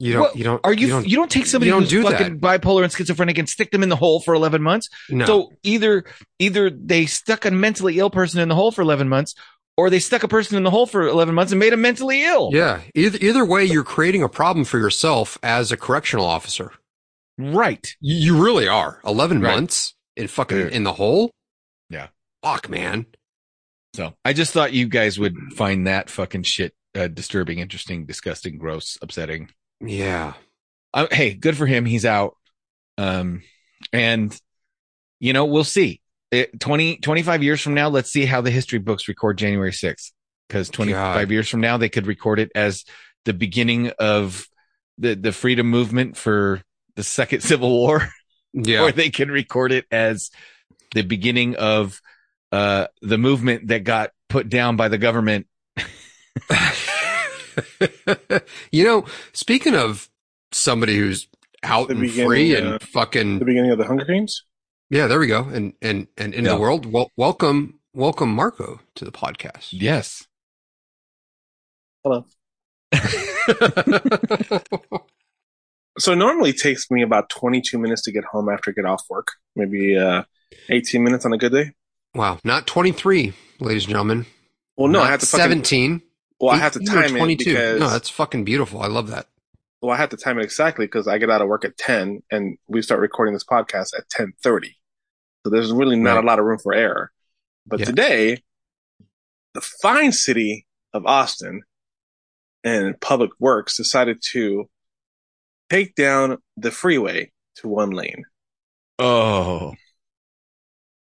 Speaker 2: You don't,
Speaker 3: What-
Speaker 2: you don't,
Speaker 3: are you you
Speaker 2: don't,
Speaker 3: don't, take somebody
Speaker 2: you don't
Speaker 3: who's
Speaker 2: do
Speaker 3: fucking bipolar and schizophrenic and stick them in the hole for 11 months?
Speaker 2: no.
Speaker 3: So either either they stuck a mentally ill person in the hole for 11 months or they stuck a person in the hole for 11 months and made him mentally ill.
Speaker 2: Yeah. Either, either way, you're creating a problem for yourself as a correctional officer.
Speaker 3: Right.
Speaker 2: You, you really are. 11
Speaker 3: Right.
Speaker 2: months in fucking
Speaker 3: Dude.
Speaker 2: in the hole.
Speaker 3: Yeah.
Speaker 2: Fuck, man.
Speaker 3: So I just thought you guys would find that fucking shit uh, disturbing, interesting, disgusting, gross, upsetting.
Speaker 2: Yeah.
Speaker 3: Uh, hey, good for him. He's out. Um, and you know, we'll see it, 20, 25 years from now. Let's see how the history books record January 6th. Cause 25
Speaker 2: God.
Speaker 3: years from now, they could record it as the beginning of the, the freedom movement for the second <laughs> civil war
Speaker 2: Yeah.
Speaker 3: or they can record it as the beginning of uh, the movement that got put down by the government.
Speaker 2: <laughs> you know, speaking of somebody who's out
Speaker 6: The
Speaker 2: and
Speaker 6: beginning,
Speaker 2: free and
Speaker 6: uh,
Speaker 2: fucking
Speaker 6: The beginning of the Hunger Games.
Speaker 2: yeah, there we go. And and and in
Speaker 3: Yeah.
Speaker 2: the world, wel- welcome welcome Marco to the podcast.
Speaker 3: Yes.
Speaker 6: Hello. So it normally takes me about 22 minutes to get home after I get off work. Maybe uh, 18 minutes on a good day.
Speaker 2: <laughs> wow, not 23, ladies and gentlemen.
Speaker 6: Well, no,
Speaker 2: Not
Speaker 6: I have to fucking,
Speaker 2: 17.
Speaker 6: Well, I have to
Speaker 2: 18 or
Speaker 6: time it
Speaker 2: 22.
Speaker 6: because
Speaker 2: No, that's fucking beautiful. I love that.
Speaker 6: well, I have to time it exactly because I get out of work at 10 and we start recording this podcast at 10:30. So there's really not
Speaker 2: Right.
Speaker 6: a lot of room for error. But
Speaker 2: Yeah.
Speaker 6: today, the fine city of Austin and Public Works decided to take down the freeway to one lane.
Speaker 3: <laughs> Oh,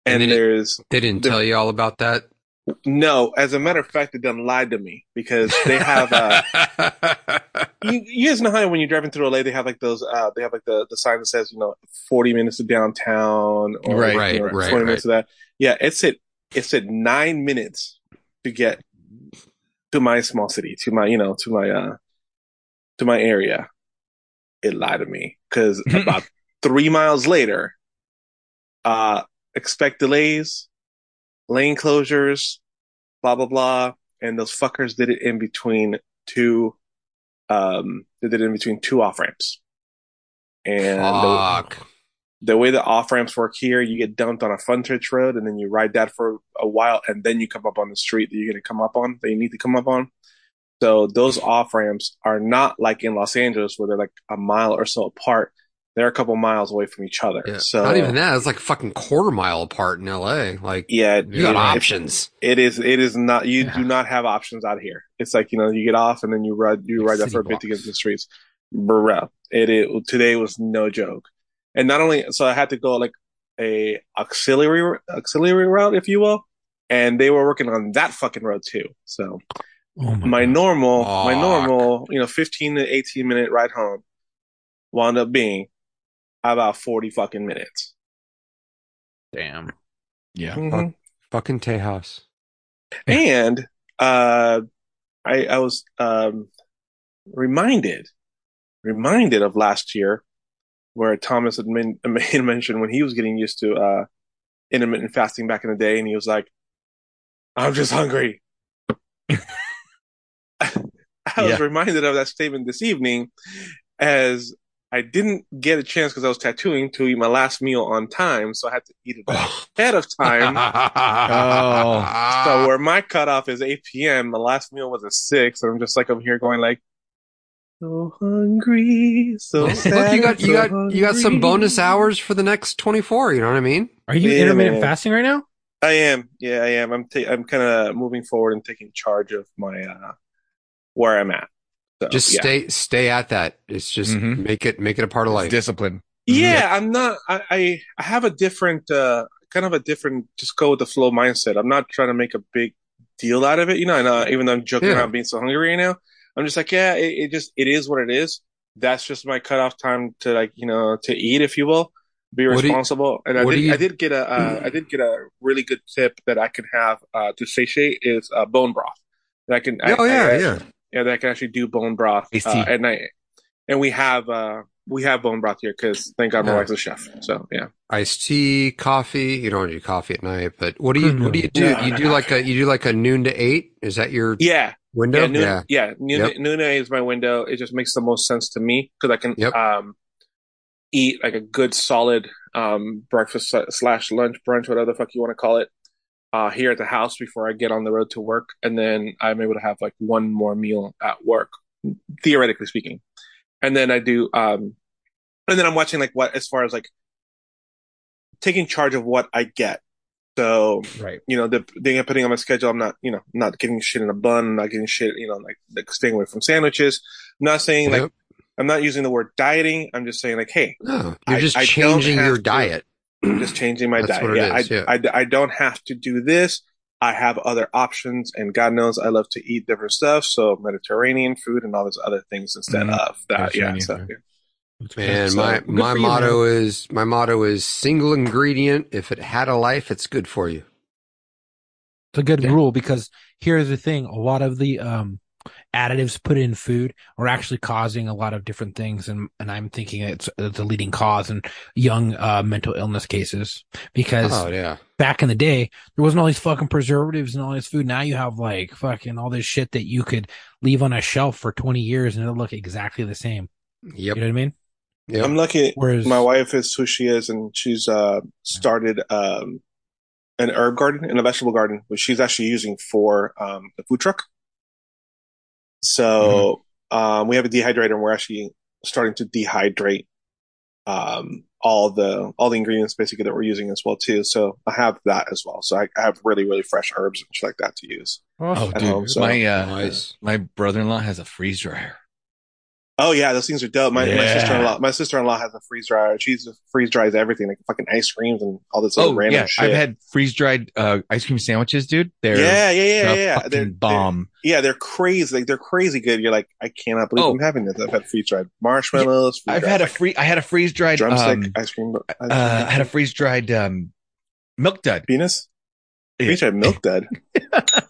Speaker 2: And
Speaker 6: And,
Speaker 2: then it-
Speaker 6: there's
Speaker 2: They didn't
Speaker 6: The-
Speaker 2: tell you all about that.
Speaker 6: no, as a matter of fact, they done lied to me because they have
Speaker 2: <laughs>
Speaker 6: uh you, you guys know how when you're driving through LA, they have like those, uh, they have like the, the sign that says, you know, 40 minutes to downtown or
Speaker 3: Right,
Speaker 6: you know,
Speaker 2: right, right,
Speaker 6: 20 minutes to that. Yeah. It said, it said nine minutes to get to my small city, to my, you know, to my, uh, to my area. It lied to me
Speaker 2: <laughs>
Speaker 6: because about three miles later, uh, expect delays, lane closures, blah, blah, blah. And those fuckers did it in between two um, they did it in between two off ramps. And the,
Speaker 2: Fuck.
Speaker 6: the way the off ramps work here, you get dumped on a frontage road and then you ride that for a while and then you come up on the street that you're going to come up on, that you need to come up on. So those off ramps are not like in Los Angeles where they're like a mile or so apart. They're a couple miles away from each other.
Speaker 2: Yeah.
Speaker 6: So
Speaker 2: Not even that. It's like fucking quarter mile apart in LA. Like
Speaker 6: Yeah,
Speaker 2: you got
Speaker 6: it-
Speaker 2: options.
Speaker 6: It is. It is not. You
Speaker 5: Yeah.
Speaker 6: do not have options out here. It's like you know, you get off and then you ride. You
Speaker 5: Like
Speaker 6: ride that
Speaker 5: city
Speaker 6: for a bit to get
Speaker 5: blocks.
Speaker 6: to the streets. bruh, it, it today was no joke. And not only so, I had to go like a auxiliary auxiliary route, if you will, and they were working on that fucking road too. So
Speaker 5: Oh my,
Speaker 6: my
Speaker 5: God.
Speaker 6: normal, my
Speaker 2: Fuck.
Speaker 6: normal, you know, fifteen to eighteen minute ride home wound up being about forty fucking minutes.
Speaker 7: Damn.
Speaker 3: Yeah.
Speaker 6: Mhm.
Speaker 2: fuck. Fucking Tejas.
Speaker 6: and uh, I, I was um, reminded reminded of last year where Thomas had men- <laughs> made mention when he was getting used to uh, intermittent fasting back in the day, and he was like, "I'm just hungry." <laughs> I was
Speaker 3: Yeah.
Speaker 6: reminded of that statement this evening as I didn't get a chance because I was tattooing to eat my last meal on time, so I had to eat it
Speaker 2: Oh.
Speaker 6: ahead of time.
Speaker 2: <laughs>
Speaker 6: Oh.
Speaker 2: Uh,
Speaker 6: So where my cutoff is 8 p.m., the last meal was at six, and I'm just like I'm here going like, so hungry, so
Speaker 2: <laughs> Look,
Speaker 6: sad,
Speaker 2: you got you
Speaker 6: so
Speaker 2: got you got
Speaker 6: hungry."
Speaker 2: some bonus hours for the next twenty four. You know what I mean?
Speaker 5: Are you
Speaker 6: Yeah,
Speaker 5: intermittent
Speaker 6: man.
Speaker 5: fasting right now?
Speaker 6: I am, yeah, I am. I'm ta- I'm kind of moving forward and taking charge of my uh where I'm at. So,
Speaker 2: Just
Speaker 6: Oh, yeah.
Speaker 2: stay stay at that. It's just
Speaker 3: Mhm.
Speaker 2: make it make it a part of
Speaker 3: It's
Speaker 2: life.
Speaker 3: discipline.
Speaker 6: Yeah, I'm not. I, I I have a different uh kind of a different just go with the flow mindset. I'm not trying to make a big deal out of it, you know. And uh, even though I'm joking
Speaker 2: Yeah.
Speaker 6: about being so hungry right now, I'm just like, yeah, it, it just it is what it is. That's just my cutoff time to like you know to eat, if you will, be
Speaker 2: What do you-
Speaker 6: responsible. and I
Speaker 2: what do
Speaker 6: did
Speaker 2: you- Mm-hmm.
Speaker 6: I did get a uh, I did get a really good tip that I can have uh to satiate is uh, bone broth. That I can I-
Speaker 2: oh yeah,
Speaker 6: I-
Speaker 2: yeah.
Speaker 6: yeah, that can actually do bone broth
Speaker 3: Tasty.
Speaker 6: uh, at night. And we have uh we have bone broth here because thank God my
Speaker 2: Yeah.
Speaker 6: wife's a chef. So yeah,
Speaker 2: Iced tea, coffee. You don't want to do coffee at night, but what do you what do you do?
Speaker 6: No,
Speaker 2: you
Speaker 6: no,
Speaker 2: do like a you do like a noon to eight. Is that your
Speaker 6: Mm-hmm. yeah,
Speaker 2: window?
Speaker 6: yeah, noon, yeah. noon,
Speaker 2: Yep.
Speaker 6: noon is my window. It just makes the most sense to me because I can
Speaker 2: Yep.
Speaker 6: um eat like a good solid um breakfast sl- slash lunch brunch whatever the fuck you want to call it uh here at the house before I get on the road to work, and then I'm able to have like one more meal at work theoretically speaking. And then I do um and then I'm watching like what as far as like taking charge of what I get. So
Speaker 5: Right.
Speaker 6: you know, dep- depending on my schedule, I'm not, you know, not getting shit in a bun, I'm not getting shit, you know, like, like staying away from sandwiches. I'm not saying like
Speaker 2: Yep.
Speaker 6: I'm not using the word dieting. I'm just saying like, hey,
Speaker 2: No, Oh, you're
Speaker 6: I-
Speaker 2: just
Speaker 6: I don't
Speaker 2: changing
Speaker 6: have
Speaker 2: your
Speaker 6: to.
Speaker 2: diet.
Speaker 6: I'm just
Speaker 2: <clears throat>
Speaker 6: changing my
Speaker 2: That's
Speaker 6: diet.
Speaker 2: what it
Speaker 6: yeah,
Speaker 2: is,
Speaker 6: I,
Speaker 2: yeah.
Speaker 6: I, I don't have to do this. I have other options, and God knows I love to eat different stuff. So Mediterranean food and all those other things instead
Speaker 2: Mm-hmm.
Speaker 3: Mhm.
Speaker 6: of that. Yeah.
Speaker 3: Mediterranean
Speaker 6: So,
Speaker 3: food.
Speaker 6: yeah.
Speaker 2: Man,
Speaker 6: So,
Speaker 2: my
Speaker 5: good
Speaker 2: my
Speaker 5: for you,
Speaker 2: motto is my motto is single ingredient. If it had a life, it's good for you.
Speaker 5: It's a good
Speaker 2: Yeah.
Speaker 5: rule because here's the thing: a lot of the um, additives put in food are actually causing a lot of different things, and and I'm thinking it's it's a leading cause in young uh, mental illness cases because
Speaker 2: Oh yeah,
Speaker 5: back in the day there wasn't all these fucking preservatives and all this food. Now you have like fucking all this shit that you could leave on a shelf for 20 years and it'll look exactly the same.
Speaker 2: yep,
Speaker 5: You know what I mean?
Speaker 2: yep.
Speaker 6: I'm lucky.
Speaker 5: Whereas
Speaker 6: My wife is who she is, and she's uh, started um, an herb garden and a vegetable garden, which she's actually using for um, the food truck. So
Speaker 3: Mm-hmm.
Speaker 6: um, we have a dehydrator, and we're actually starting to dehydrate um, all the all the ingredients basically that we're using as well too. So I have that as well. So I, I have really really fresh herbs and shit like that to use
Speaker 3: Oh,
Speaker 6: at
Speaker 3: dude.
Speaker 6: home. So.
Speaker 3: my uh,
Speaker 2: nice.
Speaker 3: my brother in law has a freeze dryer.
Speaker 6: Oh yeah, those things are dope. My, my
Speaker 3: Yeah.
Speaker 6: sister-in-law, my sister-in-law has a freeze dryer. She freeze dries everything, like fucking ice creams and all this other
Speaker 3: oh
Speaker 6: random
Speaker 3: yeah,
Speaker 6: shit.
Speaker 3: I've had freeze dried uh, ice cream sandwiches, dude. They're
Speaker 6: yeah, yeah,
Speaker 3: the
Speaker 6: yeah, yeah.
Speaker 3: fucking
Speaker 6: They're, they're-
Speaker 3: bomb.
Speaker 6: yeah, they're crazy. Like they're crazy good. You're like, I cannot believe
Speaker 3: Oh.
Speaker 6: I'm having this. I've had freeze dried marshmallows.
Speaker 3: I've
Speaker 6: freeze-dried,
Speaker 3: had a
Speaker 6: like,
Speaker 3: free. I had a freeze dried
Speaker 6: drumstick
Speaker 3: um,
Speaker 6: ice cream. ice cream.
Speaker 3: uh, I had a freeze dried um, milk dud.
Speaker 6: <laughs> penis.
Speaker 3: Yeah.
Speaker 6: Freeze dried milk
Speaker 3: <laughs>
Speaker 6: dud.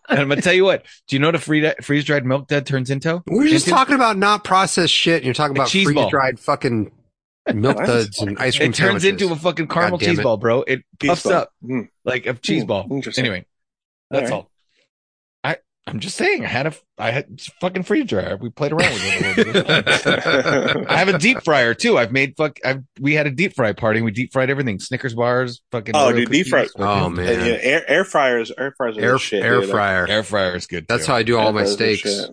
Speaker 3: And I'm gonna tell you what. Do you know what a freeze dried milk dud turns into?
Speaker 2: We We're just
Speaker 3: Into-
Speaker 2: talking about not processed shit, and you're talking
Speaker 3: A
Speaker 2: about
Speaker 3: cheese ball.
Speaker 2: freeze dried
Speaker 6: <laughs>
Speaker 2: fucking milk
Speaker 6: What?
Speaker 2: duds and ice cream
Speaker 3: It turns
Speaker 2: sandwiches.
Speaker 3: into a fucking caramel
Speaker 2: God damn
Speaker 3: cheese
Speaker 2: it.
Speaker 3: ball, bro. It
Speaker 6: Cheese
Speaker 3: puffs
Speaker 6: ball.
Speaker 3: up
Speaker 6: Hmm.
Speaker 3: like a cheese
Speaker 6: Hmm,
Speaker 3: ball.
Speaker 6: Interesting.
Speaker 3: Anyway, that's
Speaker 6: All
Speaker 3: all. I I'm just saying. I had a I had it's a fucking freeze dryer. We played around with it. A little
Speaker 2: <laughs>
Speaker 3: bit. I have a <laughs> deep fryer too. I've made fuck. I've we had a deep fry party. and We deep fried everything: Snickers bars, fucking.
Speaker 6: Oh,
Speaker 3: Oreo
Speaker 6: dude, deep
Speaker 3: cookies,
Speaker 2: Oh
Speaker 3: fucking-
Speaker 6: And, you know,
Speaker 2: man,
Speaker 6: Uh, air, air fryers, air fryers
Speaker 2: <laughs>
Speaker 6: are
Speaker 2: air
Speaker 6: the shit.
Speaker 2: air
Speaker 6: dude. Like,
Speaker 2: fryer.
Speaker 3: Air fryer is good.
Speaker 2: That's
Speaker 3: too.
Speaker 2: how I do all
Speaker 6: air
Speaker 2: my
Speaker 6: fryers are the
Speaker 2: steaks.
Speaker 6: shit.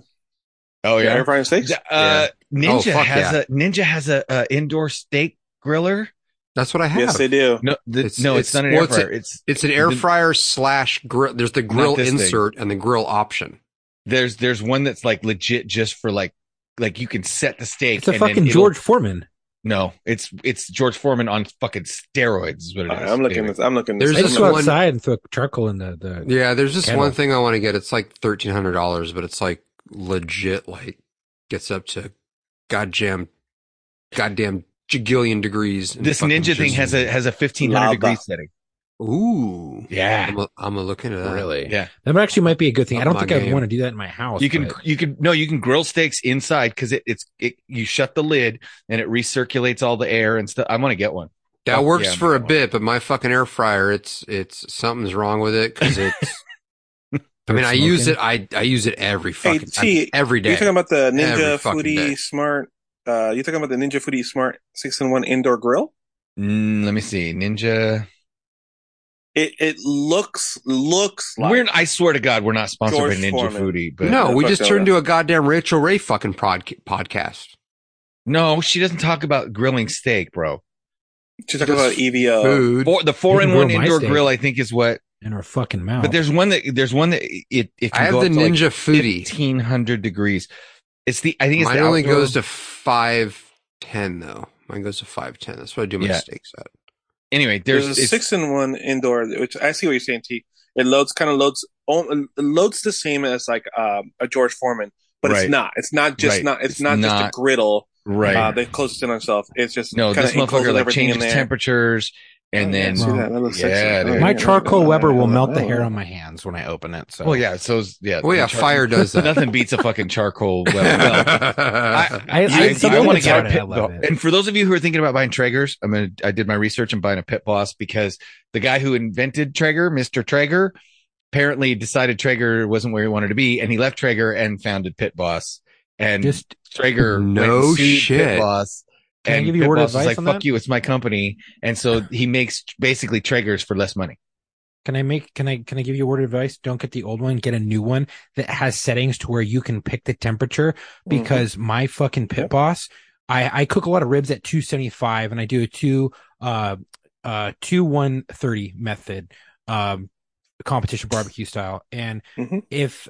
Speaker 3: Oh yeah.
Speaker 6: Air frying steaks.
Speaker 3: Uh, Ninja
Speaker 2: Oh, fuck
Speaker 3: has
Speaker 2: yeah.
Speaker 3: a Ninja has a, uh indoor steak griller.
Speaker 2: That's what I have.
Speaker 6: Yes, they do.
Speaker 3: No, the,
Speaker 2: It's-
Speaker 3: no,
Speaker 2: it's-
Speaker 3: it's, not an
Speaker 2: well,
Speaker 3: air
Speaker 2: it's a-
Speaker 3: fryer. it's
Speaker 2: It's an air
Speaker 3: The-
Speaker 2: fryer slash grill. There's the grill
Speaker 3: this thing.
Speaker 2: insert and the grill option.
Speaker 3: there's there's one that's like legit just for like like you can set the stake.
Speaker 5: It's a
Speaker 3: and then
Speaker 5: fucking
Speaker 3: it'll-
Speaker 5: George Foreman.
Speaker 3: No, it's it's George Foreman on fucking steroids. Is what it
Speaker 6: All right,
Speaker 3: is,
Speaker 6: I'm looking
Speaker 3: David.
Speaker 6: this. I'm looking
Speaker 2: There's
Speaker 6: this.
Speaker 5: I
Speaker 6: up.
Speaker 2: this
Speaker 5: just
Speaker 6: I'm
Speaker 5: go
Speaker 2: one-
Speaker 5: outside and throw charcoal in the, the
Speaker 2: Yeah, there's just
Speaker 5: Kettle.
Speaker 2: one thing I want to get. It's like thirteen hundred dollars, but it's like legit. Like gets up to goddamn, goddamn jagillion degrees. in
Speaker 3: This
Speaker 2: fucking
Speaker 3: ninja thing
Speaker 2: jujitsu.
Speaker 3: has a has a 1500
Speaker 6: Lava.
Speaker 3: degree setting.
Speaker 2: ooh.
Speaker 5: yeah.
Speaker 2: I'm a, I'm a looking at that.
Speaker 7: Really?
Speaker 3: Yeah.
Speaker 5: That actually might be a good thing. I
Speaker 2: Up
Speaker 5: don't
Speaker 2: my
Speaker 5: think I'd
Speaker 2: game.
Speaker 5: want to do that in my house.
Speaker 3: You can
Speaker 5: but-
Speaker 3: you can no you can grill steaks inside because it, it's it you shut the lid and it recirculates all the air and stuff. I want to get one.
Speaker 2: That
Speaker 3: Oh,
Speaker 2: works
Speaker 3: yeah,
Speaker 2: for a
Speaker 3: no.
Speaker 2: bit, but my fucking air fryer, it's it's something's wrong with it because
Speaker 3: <laughs>
Speaker 2: it's. I mean, I use it. I I use it every
Speaker 6: Hey,
Speaker 2: fucking
Speaker 6: T,
Speaker 2: time, every
Speaker 6: You're
Speaker 2: day.
Speaker 6: talking about the
Speaker 2: Every
Speaker 6: Ninja
Speaker 2: fucking day.
Speaker 6: Foodie Smart. Uh, you're talking about the Ninja Foodie Smart six in one indoor grill.
Speaker 3: Mm, let me see, Ninja.
Speaker 6: It it looks looks like
Speaker 3: We're I swear to God we're not sponsored
Speaker 6: George
Speaker 3: by Ninja
Speaker 6: Foreman.
Speaker 3: Foodie, but
Speaker 2: no, we
Speaker 6: Fuck
Speaker 2: just
Speaker 6: that.
Speaker 2: turned to a goddamn Rachel Ray fucking prod- podcast.
Speaker 3: no, she doesn't talk about grilling steak, bro.
Speaker 6: She's talking about EVO.
Speaker 2: Food.
Speaker 3: Four, the
Speaker 5: You
Speaker 3: four
Speaker 5: can
Speaker 3: in one
Speaker 5: grill my
Speaker 3: indoor
Speaker 5: steak.
Speaker 3: grill, I think, is what.
Speaker 5: in our fucking mouth.
Speaker 3: But there's one that there's one that it it
Speaker 2: I
Speaker 3: can
Speaker 2: have
Speaker 3: go
Speaker 2: the
Speaker 3: up to like
Speaker 2: Ninja Foodie.
Speaker 3: 1500 degrees. It's the I think it's
Speaker 2: Mine
Speaker 3: the
Speaker 2: only
Speaker 3: outdoor-
Speaker 2: goes to five ten though. Mine goes to five ten. That's what I do my
Speaker 3: Yeah.
Speaker 2: steaks at.
Speaker 3: anyway. There's,
Speaker 6: There's, a
Speaker 3: it's-
Speaker 6: six in one indoor, which I see what you're saying, T. It loads kind of loads on- it loads the same as like um, a George Foreman, but
Speaker 3: Right.
Speaker 6: it's not. It's not just
Speaker 3: Right.
Speaker 6: not. It's,
Speaker 3: It's
Speaker 6: not, just a
Speaker 3: not-
Speaker 6: griddle.
Speaker 3: right.
Speaker 6: Uh, that closes in on itself. It's just
Speaker 3: no,
Speaker 6: kinda
Speaker 3: this
Speaker 6: encloses
Speaker 3: motherfucker like
Speaker 6: everything in
Speaker 3: changes
Speaker 6: there. Oh,
Speaker 3: temperatures and
Speaker 6: Yeah,
Speaker 3: then
Speaker 6: see
Speaker 5: Well,
Speaker 6: that? That looks
Speaker 3: yeah,
Speaker 6: sexy.
Speaker 3: dude.
Speaker 6: Oh,
Speaker 5: my
Speaker 6: yeah.
Speaker 5: charcoal
Speaker 6: Oh,
Speaker 5: Weber
Speaker 6: yeah.
Speaker 5: will melt the
Speaker 6: Oh,
Speaker 5: hair
Speaker 6: yeah.
Speaker 5: on my hands when I open it. So
Speaker 3: Well, yeah. So yeah.
Speaker 2: Well, yeah,
Speaker 3: the char- <laughs>
Speaker 2: fire does that.
Speaker 3: Nothing beats a fucking charcoal. Well, well,
Speaker 2: <laughs>
Speaker 5: I,
Speaker 3: I-
Speaker 5: I,
Speaker 3: I want to get a
Speaker 5: it. I
Speaker 3: pit
Speaker 5: love it.
Speaker 3: And for those of you who are thinking about buying Traegers, I'm gonna. I did my research and buying a pit boss because the guy who invented Traeger, Mr. Traeger, apparently decided Traeger wasn't where he wanted to be, and he left Traeger and founded Pit Boss. And
Speaker 5: Just
Speaker 3: Traeger went
Speaker 2: No
Speaker 3: and sued
Speaker 2: shit.
Speaker 3: Pit Boss.
Speaker 5: Can I
Speaker 3: and
Speaker 5: give you a
Speaker 3: Pit
Speaker 5: word of
Speaker 3: Boss was
Speaker 5: advice
Speaker 3: like,
Speaker 5: on
Speaker 3: "Fuck
Speaker 5: that?"
Speaker 3: you, it's my company." And so he makes basically Traegers for less money.
Speaker 5: can I make can I can I give you a word of advice? Don't get the old one. Get a new one that has settings to where you can pick the temperature.
Speaker 6: Mm-hmm.
Speaker 5: Because my fucking pit boss, I I cook a lot of ribs at 275, and I do a two uh uh two one thirty method, um competition barbecue style. And
Speaker 6: Mhm.
Speaker 5: if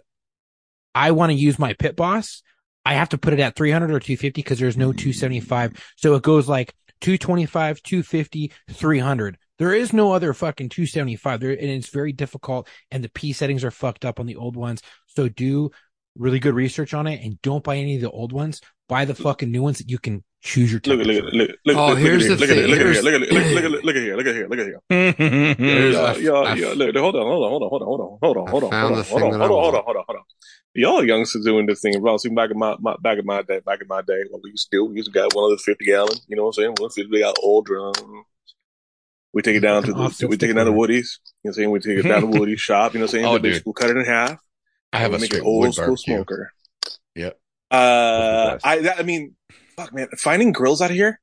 Speaker 5: I want to use my pit boss, I have to put it at 300 or 250 because there's no
Speaker 3: Hmm.
Speaker 5: 275. So it goes like 225, 250, 300. There is no other fucking 275 there, and it's very difficult. And the P settings are fucked up on the old ones. So do really good research on it and don't buy any of the old ones. Buy the fucking new ones that you can choose your
Speaker 6: Look at
Speaker 5: temperature.
Speaker 6: look at look look.
Speaker 2: Oh,
Speaker 6: look,
Speaker 2: here's
Speaker 6: look,
Speaker 2: the
Speaker 6: at it,
Speaker 2: thing.
Speaker 6: look at
Speaker 2: Here's-
Speaker 6: it, Look at it, look at it, look, look at here. Look at here. Look at here.
Speaker 2: Here's
Speaker 6: Yo,
Speaker 2: a-
Speaker 6: yo,
Speaker 2: a-
Speaker 6: yo, look, hold on, hold on, hold on, hold on, hold on, hold on,
Speaker 2: I
Speaker 6: hold on,
Speaker 2: Mm. found
Speaker 6: hold
Speaker 2: the
Speaker 6: on,
Speaker 2: thing
Speaker 6: hold on,
Speaker 2: that I
Speaker 6: hold on, hold on,
Speaker 2: want.
Speaker 6: hold on, hold on. Y'all youngsters doing this thing wrong. See, back in my, my back in my day, back in my day, what we used to do, we used to got one of the fifty gallon. You know what I'm saying? One fifty gallon oil drum. um, We take it down to
Speaker 5: Fucking
Speaker 6: the,
Speaker 5: offset
Speaker 6: we take it down to
Speaker 5: sticker.
Speaker 6: Woody's. You know what I'm saying? We take it down
Speaker 2: <laughs>
Speaker 6: to Woody's shop. You know what I'm saying?
Speaker 3: Oh,
Speaker 6: The bitch
Speaker 3: dude.
Speaker 6: will cut it in half.
Speaker 3: I have
Speaker 6: We
Speaker 3: a
Speaker 6: make
Speaker 3: straight
Speaker 6: an old
Speaker 3: wood
Speaker 6: school
Speaker 3: barbecue.
Speaker 6: smoker.
Speaker 3: Yep.
Speaker 6: Uh,
Speaker 3: That's the best.
Speaker 6: I that, I mean, fuck man, finding grills out here,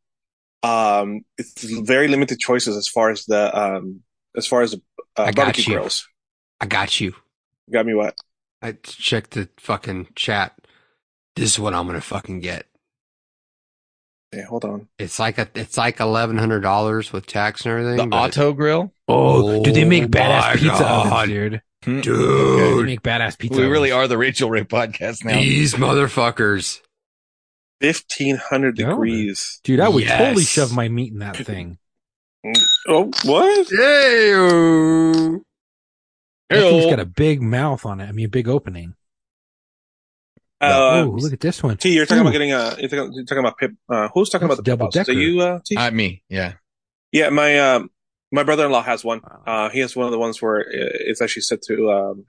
Speaker 6: um, it's very limited choices as far as the um as far as the
Speaker 2: I
Speaker 6: uh,
Speaker 2: got
Speaker 6: barbecue
Speaker 2: you.
Speaker 6: grills.
Speaker 2: I got you.
Speaker 6: Got me what?
Speaker 2: I checked the fucking chat. This is what I'm gonna fucking get.
Speaker 6: Yeah, hold on.
Speaker 2: It's like a it's like eleven hundred dollars with tax and
Speaker 3: The
Speaker 2: everything. but-
Speaker 3: auto grill.
Speaker 5: Oh, do they make
Speaker 2: Oh my
Speaker 5: badass pizza
Speaker 2: God.
Speaker 5: ovens, dude? They
Speaker 2: dude,
Speaker 5: make badass pizza.
Speaker 3: We really
Speaker 5: ovens.
Speaker 3: are the Rachel Ray podcast now.
Speaker 2: these motherfuckers.
Speaker 6: Fifteen hundred
Speaker 5: Yeah.
Speaker 6: degrees.
Speaker 5: dude. I would totally
Speaker 2: Yes.
Speaker 5: shove my meat in that thing.
Speaker 6: Oh, what?
Speaker 2: Hey, oh.
Speaker 5: That
Speaker 3: Ew.
Speaker 5: thing's got a big mouth on it. I mean, a big opening.
Speaker 6: Uh,
Speaker 5: oh, look at this one.
Speaker 6: T, you're talking
Speaker 5: Ooh.
Speaker 6: about getting uh, you're talking, you're talking about pip. Uh, who's talking
Speaker 5: That's
Speaker 6: about the pip
Speaker 5: double
Speaker 6: house? Is that
Speaker 5: decker.
Speaker 6: you, uh, T?
Speaker 3: Uh, me, yeah.
Speaker 6: yeah, my um, my brother-in-law has one. Uh, he has one of the ones where it's actually set to um,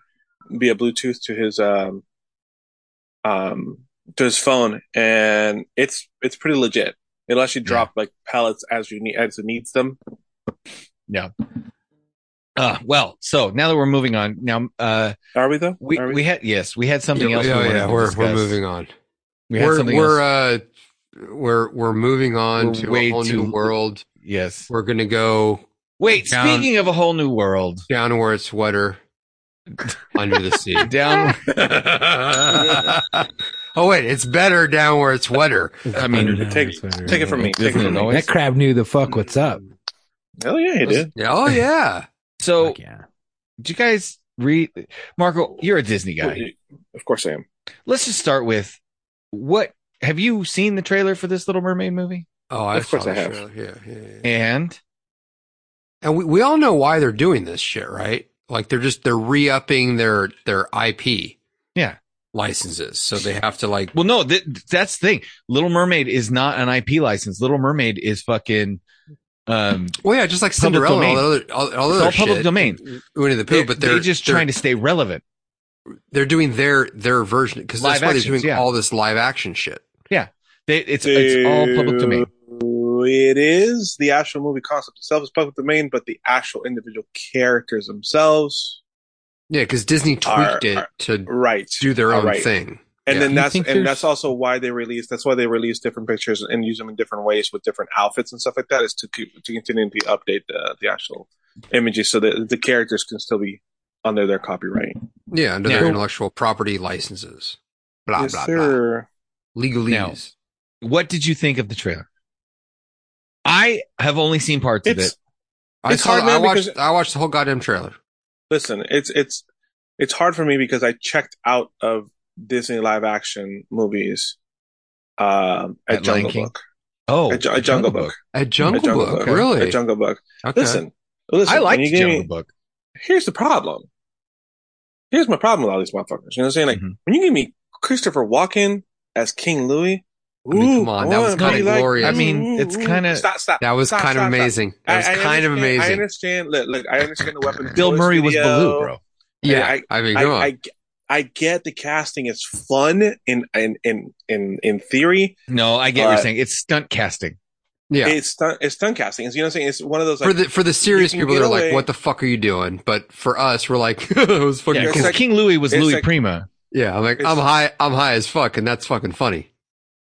Speaker 6: be a Bluetooth to his um, um, to his phone, and it's it's pretty legit. It'll actually drop like pallets as you need as it needs them.
Speaker 3: Uh, well, so now that we're moving on, now uh,
Speaker 6: Are we though?
Speaker 3: we
Speaker 6: Are
Speaker 3: we had yes, we had something
Speaker 2: yeah,
Speaker 3: else.
Speaker 2: yeah,
Speaker 3: we
Speaker 2: yeah,
Speaker 3: wanted to
Speaker 2: we're we're
Speaker 3: discuss.
Speaker 2: moving on.
Speaker 3: We had
Speaker 2: we're
Speaker 3: something
Speaker 2: we're
Speaker 3: else.
Speaker 2: uh we're we're moving on
Speaker 3: We're
Speaker 2: to
Speaker 3: way
Speaker 2: a whole
Speaker 3: too-
Speaker 2: new world.
Speaker 3: yes.
Speaker 2: We're gonna go
Speaker 3: Wait,
Speaker 2: uh, down-
Speaker 3: speaking of a whole new world,
Speaker 2: downward sweater under the
Speaker 3: <laughs>
Speaker 2: sea.
Speaker 3: down.
Speaker 2: oh wait, it's better downward sweater.
Speaker 3: I mean,
Speaker 5: Underground
Speaker 6: take-
Speaker 5: sweater.
Speaker 6: take it from me. Take it
Speaker 3: Isn't
Speaker 6: from
Speaker 3: it
Speaker 6: me.
Speaker 3: always?
Speaker 5: That crab knew the fuck what's up.
Speaker 6: Hell yeah, he did.
Speaker 2: Yeah, Oh yeah.
Speaker 3: So,
Speaker 5: Fuck yeah.
Speaker 3: did you guys read Marco? You're a Disney guy.
Speaker 6: Of course I am.
Speaker 3: Let's just start with what have you seen the trailer for this Little Mermaid movie?
Speaker 2: Oh, I
Speaker 6: Of course
Speaker 2: saw
Speaker 6: I
Speaker 2: the
Speaker 6: have.
Speaker 2: show. Yeah, yeah, yeah.
Speaker 3: And
Speaker 2: And we, we all know why they're doing this shit, right? Like they're just they're re-upping their their IP.
Speaker 3: Yeah.
Speaker 2: Licenses. So they have to like
Speaker 3: well, no, th- that's the thing. Little Mermaid is not an IP license. Little Mermaid is fucking
Speaker 6: <laughs>
Speaker 3: um
Speaker 2: well yeah, just like Cinderella and all
Speaker 3: domain.
Speaker 2: the other all, all the
Speaker 3: it's
Speaker 2: other
Speaker 3: all public
Speaker 2: shit.
Speaker 3: domain.
Speaker 2: Winnie the Pooh,
Speaker 3: They-
Speaker 2: but they're
Speaker 3: just
Speaker 2: they're-
Speaker 3: trying to stay relevant.
Speaker 2: they're doing their their version because that's
Speaker 3: Live
Speaker 2: why they're
Speaker 3: actions,
Speaker 2: doing
Speaker 3: yeah.
Speaker 2: all this live action shit.
Speaker 3: They, it's it's all public domain.
Speaker 6: It is the actual movie concept itself is public domain, but the actual individual characters themselves,
Speaker 2: Yeah, because Disney tweaked
Speaker 6: Are-
Speaker 2: it
Speaker 6: are-
Speaker 2: to
Speaker 6: right?
Speaker 2: do their own
Speaker 6: Right.
Speaker 2: thing.
Speaker 6: And
Speaker 2: Yeah.
Speaker 6: then
Speaker 5: You
Speaker 6: that's
Speaker 5: think
Speaker 6: and
Speaker 5: there's-
Speaker 6: that's also why they release that's why they release different pictures and use them in different ways with different outfits and stuff like that is to keep, to continue to update the the actual images so that the characters can still be under their copyright.
Speaker 2: Yeah, under their
Speaker 3: Yeah.
Speaker 2: intellectual property licenses. Blah
Speaker 6: yes,
Speaker 2: blah blah.
Speaker 6: sir.
Speaker 2: Legalese.
Speaker 3: What did you think of the trailer? I have only seen parts of
Speaker 6: It's-
Speaker 3: it.
Speaker 2: I
Speaker 6: It's
Speaker 2: saw
Speaker 6: hard,
Speaker 2: I
Speaker 6: man,
Speaker 2: watched
Speaker 6: because-
Speaker 2: I watched the whole goddamn trailer.
Speaker 6: Listen, it's it's it's hard for me because I checked out of Disney live action movies um,
Speaker 3: At
Speaker 6: at,
Speaker 3: Lion
Speaker 6: Jungle
Speaker 3: King?
Speaker 6: Book.
Speaker 3: Oh,
Speaker 6: A Ju- a Jungle Book.
Speaker 2: A Jungle,
Speaker 6: A Jungle
Speaker 2: Book,
Speaker 6: Book.
Speaker 2: really?
Speaker 6: A Jungle Book.
Speaker 2: okay.
Speaker 6: Listen, listen.
Speaker 3: I
Speaker 6: when
Speaker 3: liked
Speaker 6: you give me-
Speaker 3: Jungle Book.
Speaker 6: Here's the problem. Here's my problem with all these motherfuckers. You know what I'm saying? Like
Speaker 2: Mm-hmm.
Speaker 3: Mhm.
Speaker 6: when you give me Christopher Walken as King Louis,
Speaker 2: I mean,
Speaker 6: ooh,
Speaker 2: come on, that was
Speaker 6: wanna be
Speaker 2: kinda glorious.
Speaker 3: I mean,
Speaker 6: ooh, ooh,
Speaker 3: it's
Speaker 6: ooh.
Speaker 3: kinda-
Speaker 6: stop, stop.
Speaker 2: That was
Speaker 6: stop,
Speaker 2: kind of
Speaker 6: stop, stop.
Speaker 2: amazing. That was
Speaker 6: I- I
Speaker 2: kind of
Speaker 6: understand- I
Speaker 2: amazing.
Speaker 6: understand. Look, look, I understand the weapon. of
Speaker 3: Bill
Speaker 6: choice
Speaker 3: Murray was
Speaker 6: video.
Speaker 3: Baloo, bro.
Speaker 2: yeah,
Speaker 6: I-
Speaker 2: I, mean,
Speaker 6: I,
Speaker 2: come on.
Speaker 6: I, I get the casting is fun in in in in, in theory.
Speaker 3: No, I get what
Speaker 6: Uh,
Speaker 3: you're saying. It's stunt casting.
Speaker 2: yeah,
Speaker 6: It's stunt it's stunt casting. It's, you know what I'm saying? It's one of those
Speaker 2: for
Speaker 6: like
Speaker 2: the for the serious
Speaker 6: can
Speaker 2: people,
Speaker 6: get
Speaker 2: they're
Speaker 6: away-
Speaker 2: like, "What the fuck are you doing?" But for us, we're like, <laughs> "It was fucking
Speaker 3: Yeah,
Speaker 6: it's
Speaker 2: cool."
Speaker 3: because
Speaker 6: like-
Speaker 3: King Louis was
Speaker 6: it's
Speaker 3: Louis
Speaker 6: like-
Speaker 3: Prima.
Speaker 2: yeah, I'm like,
Speaker 6: it's-
Speaker 2: I'm high, I'm high as fuck, and that's fucking funny.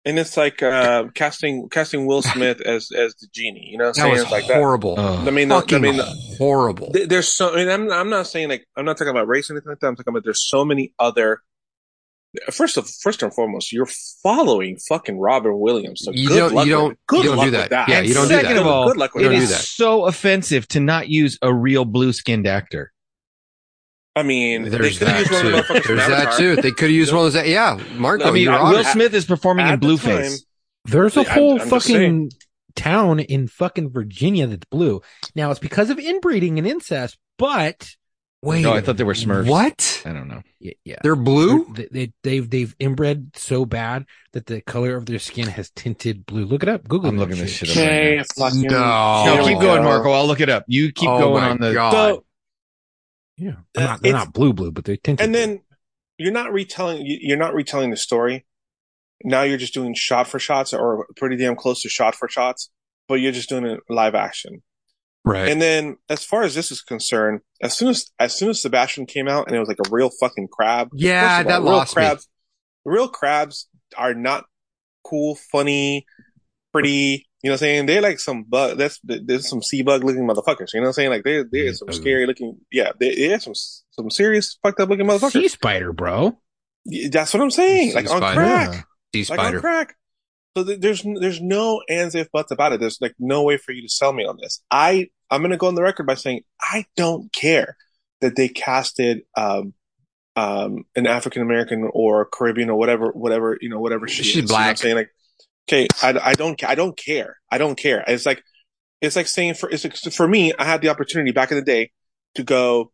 Speaker 6: and it's like uh, casting casting Will Smith as as the genie. You know what I'm
Speaker 2: That
Speaker 6: saying?
Speaker 2: was
Speaker 6: It's like that.
Speaker 2: horrible.
Speaker 3: Oh.
Speaker 6: I mean, the-
Speaker 2: fucking
Speaker 6: I mean, the-
Speaker 2: horrible.
Speaker 6: th- there's so. I mean, I'm I'm not saying like I'm not talking about race or anything like that. I'm talking about there's so many other. First of first and foremost, you're following fucking Robin Williams. So
Speaker 2: You
Speaker 6: good
Speaker 2: don't-
Speaker 6: luck
Speaker 2: you don't-
Speaker 6: with, good
Speaker 2: you don't
Speaker 6: luck
Speaker 2: do
Speaker 6: With
Speaker 2: that.
Speaker 6: that.
Speaker 2: Yeah,
Speaker 3: you don't do
Speaker 6: second
Speaker 3: that.
Speaker 6: Of all, good luck with
Speaker 3: It
Speaker 2: don't
Speaker 6: that.
Speaker 2: do
Speaker 3: is
Speaker 2: that.
Speaker 3: so offensive to not use a real blue skin actor.
Speaker 6: I mean, they
Speaker 2: There's
Speaker 6: could have
Speaker 2: that
Speaker 6: used one of
Speaker 2: too.
Speaker 6: the motherfuckers from
Speaker 2: There's that
Speaker 6: Avatar.
Speaker 2: too. They could have used one of those. Yeah, Marco,
Speaker 6: No,
Speaker 3: I mean,
Speaker 2: you're
Speaker 6: I-
Speaker 2: on
Speaker 3: Will
Speaker 2: it.
Speaker 6: at-
Speaker 3: Smith is performing in
Speaker 6: at the
Speaker 3: Blueface.
Speaker 6: time-
Speaker 5: There's a
Speaker 6: I'm-
Speaker 5: whole
Speaker 6: I'm just
Speaker 5: fucking town in fucking Virginia that's blue. Now it's because of inbreeding and incest, but
Speaker 2: Wait,
Speaker 3: No, Oh, I thought they were Smurfs.
Speaker 2: What?
Speaker 3: I don't know.
Speaker 5: yeah, yeah.
Speaker 2: They're blue?
Speaker 5: They, they they've they've inbred so bad that the color of their skin has tinted blue. Look it up. Google.
Speaker 3: I'm
Speaker 5: that
Speaker 3: looking this shit up. right
Speaker 7: Okay,
Speaker 3: now.
Speaker 7: fucking.
Speaker 2: No.
Speaker 3: No,
Speaker 6: Here
Speaker 3: keep
Speaker 6: we
Speaker 3: going,
Speaker 6: go.
Speaker 3: Marco. I'll look it up. You keep
Speaker 2: Oh
Speaker 3: going
Speaker 2: my
Speaker 3: on the.
Speaker 2: God.
Speaker 6: So,
Speaker 5: Yeah, they're
Speaker 6: Uh,
Speaker 5: not, they're
Speaker 6: it's-
Speaker 5: not blue blue, but they're tinted.
Speaker 6: and then you're not retelling. you- You're not retelling the story. Now you're just doing shot for shots, or pretty damn close to shot for shots, but you're just doing it live action.
Speaker 2: Right.
Speaker 6: And then, as far as this is concerned, as soon as as soon as Sebastian came out and it was like a real fucking crab.
Speaker 2: yeah,
Speaker 6: First of all,
Speaker 2: that
Speaker 6: real
Speaker 2: lost me.
Speaker 6: crabs, Real crabs are not cool, funny, pretty. You know what I'm saying? They're like some bug. That's there's some sea bug looking motherfuckers. You know what I'm saying? Like they're they're some
Speaker 5: Yeah.
Speaker 6: scary looking. Yeah, they're, they're some some serious fucked up looking
Speaker 5: blue.
Speaker 6: motherfuckers.
Speaker 5: sea spider, bro.
Speaker 6: Yeah, That's what I'm saying.
Speaker 2: Sea
Speaker 6: Like on
Speaker 2: spider.
Speaker 6: crack.
Speaker 2: Sea
Speaker 6: Like on
Speaker 2: spider.
Speaker 6: crack. So th- there's there's no ands if buts about it. There's like no way for you to sell me on this. I I'm gonna go on the record by saying I don't care that they casted um um an African American or Caribbean or whatever whatever you know whatever she
Speaker 2: She's
Speaker 6: is. You know what I'm
Speaker 2: black.
Speaker 6: saying like okay I, I don't ca- I don't care I don't care. It's like it's like saying for it's like, for me I had the opportunity back in the day to go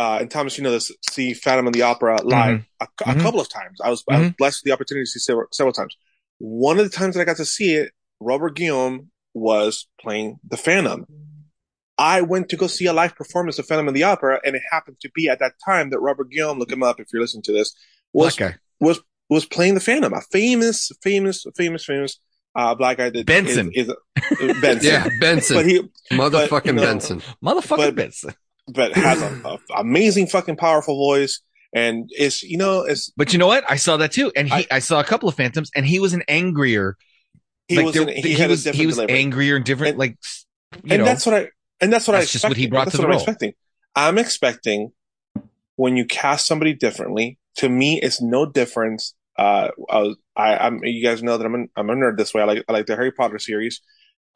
Speaker 6: uh, and Thomas, you know this, see Phantom of the Opera live a, a
Speaker 3: Mhm.
Speaker 6: couple of times. I was, I
Speaker 3: Mm-hmm.
Speaker 6: was blessed with the opportunity to see several, several times. One of the times that I got to see it, Robert Guillaume was playing the Phantom. I went to go see a live performance of Phantom of the Opera, and it happened to be at that time that Robert Guillaume, look him up if you're listening to this, was
Speaker 3: Black guy.
Speaker 6: was was playing the Phantom, a famous, famous, famous, famous uh, black guy that
Speaker 3: Benson.
Speaker 6: is,
Speaker 3: <laughs>
Speaker 6: is Benson.
Speaker 2: Yeah, Benson.
Speaker 6: But he,
Speaker 2: Motherfucking
Speaker 6: but, you know,
Speaker 2: Benson.
Speaker 3: Motherfucker
Speaker 6: But-
Speaker 3: Benson.
Speaker 6: but has an
Speaker 3: <clears throat>
Speaker 6: amazing fucking powerful voice, and it's you know it's
Speaker 3: But you know what? I saw that too, and he, I, saw a couple of phantoms, and he was an angrier.
Speaker 6: he
Speaker 3: like,
Speaker 6: was
Speaker 3: there-
Speaker 6: in, he,
Speaker 3: he
Speaker 6: had
Speaker 3: was,
Speaker 6: a different
Speaker 3: he was
Speaker 6: delivery.
Speaker 3: angrier and different.
Speaker 6: And-
Speaker 3: like s- you
Speaker 6: and
Speaker 3: know,
Speaker 6: that's what I and that's what
Speaker 3: That's
Speaker 6: I
Speaker 3: just what
Speaker 6: expected.
Speaker 3: he brought
Speaker 6: that's
Speaker 3: to the
Speaker 6: what I'm
Speaker 3: role.
Speaker 6: expecting. I'm expecting when you cast somebody differently. To me, it's no difference. Uh, I, was, I I'm you guys know that I'm an, I'm a nerd this way. I like I like the Harry Potter series.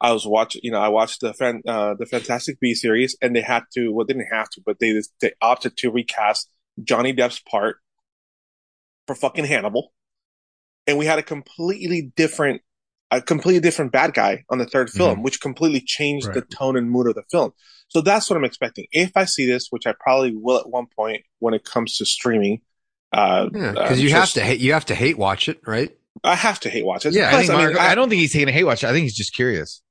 Speaker 6: I was watching, you know, I watched the fan, uh, the Fantastic B series, and they had to, well, they didn't have to, but they just- they opted to recast Johnny Depp's part for fucking Hannibal, and we had a completely different a completely different bad guy on the
Speaker 2: Mm-hmm.
Speaker 6: third film, which completely changed the tone and mood of the film. So that's what I'm expecting. If I see this, which I probably will at one point when it comes to streaming, uh,
Speaker 2: Yeah,
Speaker 6: I'm
Speaker 2: because you
Speaker 6: sure
Speaker 2: have to hate. You have to hate watch it, right?
Speaker 6: I have to hate watch it.
Speaker 2: Yeah,
Speaker 3: I,
Speaker 6: Plus,
Speaker 3: think
Speaker 6: I mean,
Speaker 3: Mark-
Speaker 6: I-
Speaker 3: I don't think he's taking a hate watch. I think he's just curious.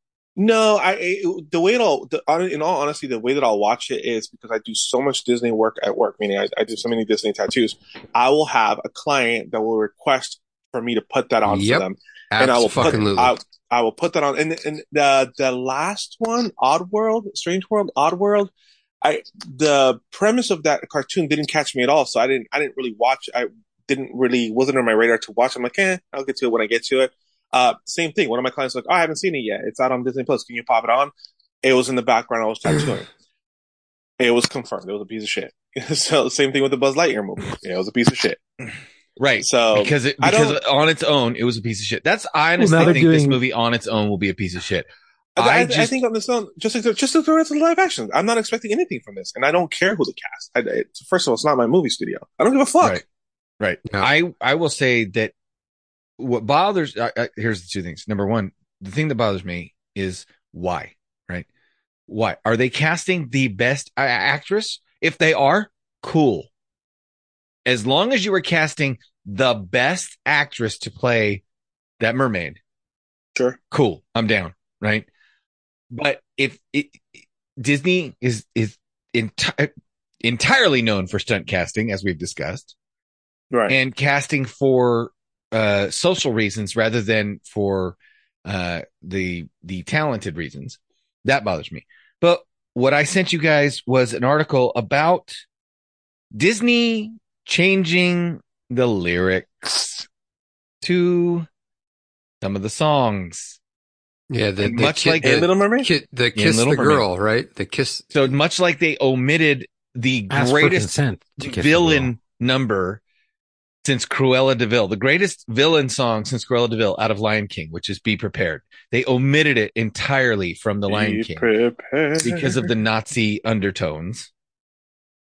Speaker 6: No, I it- the way it all the, hon- in all honesty, the way that I'll watch it is because I do so much Disney work at work, meaning I, I do so many Disney tattoos. I will have a client that will request for me to put that on
Speaker 2: Yep.
Speaker 6: for them, and I will put
Speaker 2: Absolutely.
Speaker 6: I, I will put that on. And and the the last one, Odd World, Strange World, Odd World. I the premise of that cartoon didn't catch me at all, so I didn't I didn't really watch. I didn't really wasn't on my radar to watch. I'm like, eh, I'll get to it when I get to it. Uh, same thing. One of my clients was like, oh, I haven't seen it yet. It's out on Disney Plus. Can you pop it on? It was in the background. I was tattooing. it was confirmed. It was a piece of shit. <laughs> so same thing with the Buzz Lightyear movie. Yeah, it was a piece of shit.
Speaker 3: Right.
Speaker 6: So
Speaker 3: because it,
Speaker 6: Um, I
Speaker 3: because
Speaker 6: don't-
Speaker 3: on its own it was a piece of shit. That's I honestly
Speaker 5: now they're
Speaker 3: think this
Speaker 5: doing-
Speaker 3: movie on its own will be a piece of shit.
Speaker 6: I,
Speaker 3: I
Speaker 6: I, I
Speaker 3: just-
Speaker 6: think on this own, just like, just to throw it to the live action, I'm not expecting anything from this, and I don't care who the cast. I, it, first of all, it's not my movie studio. I don't give a fuck.
Speaker 3: Right. Right.
Speaker 2: Yeah.
Speaker 3: I I will say that what bothers I, I, here's the two things. Number one, the thing that bothers me is why. Right. Why are they casting the best a- actress? If they are, cool. As long as you were casting the best actress to play that mermaid,
Speaker 6: Sure.
Speaker 3: cool i'm down right but if it, disney is is enti- entirely known for stunt casting as we've discussed
Speaker 6: Right.
Speaker 3: and casting for uh social reasons rather than for uh the the talented reasons that bothers me but what i sent you guys was an article about disney changing the lyrics to some of the songs
Speaker 2: yeah, the, the
Speaker 3: much
Speaker 2: ki-
Speaker 3: like
Speaker 2: the,
Speaker 6: and Little Mermaid.
Speaker 2: ki- the kiss
Speaker 3: Little
Speaker 2: the
Speaker 3: Mermaid.
Speaker 2: girl, right? The kiss.
Speaker 3: So much like they omitted the
Speaker 5: Ask for
Speaker 3: greatest
Speaker 5: consent to kiss the girl.
Speaker 3: villain number since Cruella de Vil, the greatest villain song since Cruella de Vil out of Lion King, which is Be Prepared. They omitted it entirely from the Lion
Speaker 6: Be
Speaker 3: King
Speaker 6: prepared.
Speaker 3: because of the Nazi undertones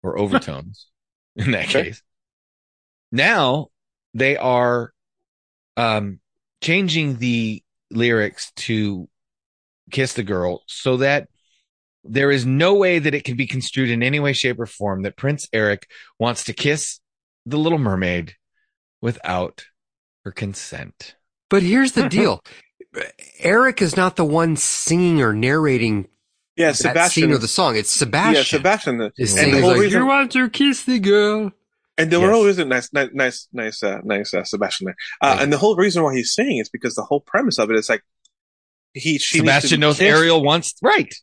Speaker 3: or overtones <laughs> in that
Speaker 6: Sure.
Speaker 3: case. Now they are um changing the lyrics to kiss the girl so that there is no way that it can be construed in any way shape or form that Prince Eric wants to kiss the little mermaid without her consent.
Speaker 2: But here's
Speaker 6: <laughs>
Speaker 2: the deal: Eric is not the one singing or narrating
Speaker 6: yeah,
Speaker 2: that
Speaker 6: Sebastian.
Speaker 2: scene of the song. It's Sebastian.
Speaker 6: Yeah, Sebastian.
Speaker 2: Is
Speaker 3: And
Speaker 2: singing
Speaker 3: the
Speaker 6: whole
Speaker 2: like,
Speaker 6: reason-
Speaker 2: "You want to kiss the girl."
Speaker 6: And there were
Speaker 3: Yes.
Speaker 6: always a nice, nice, nice, nice, uh, nice uh, Sebastian there. Uh,
Speaker 2: Thank
Speaker 6: and the whole reason why he's saying is because the whole premise of it is like he, she, needs to
Speaker 3: Sebastian
Speaker 6: be
Speaker 3: knows
Speaker 6: kissed.
Speaker 3: Ariel wants right.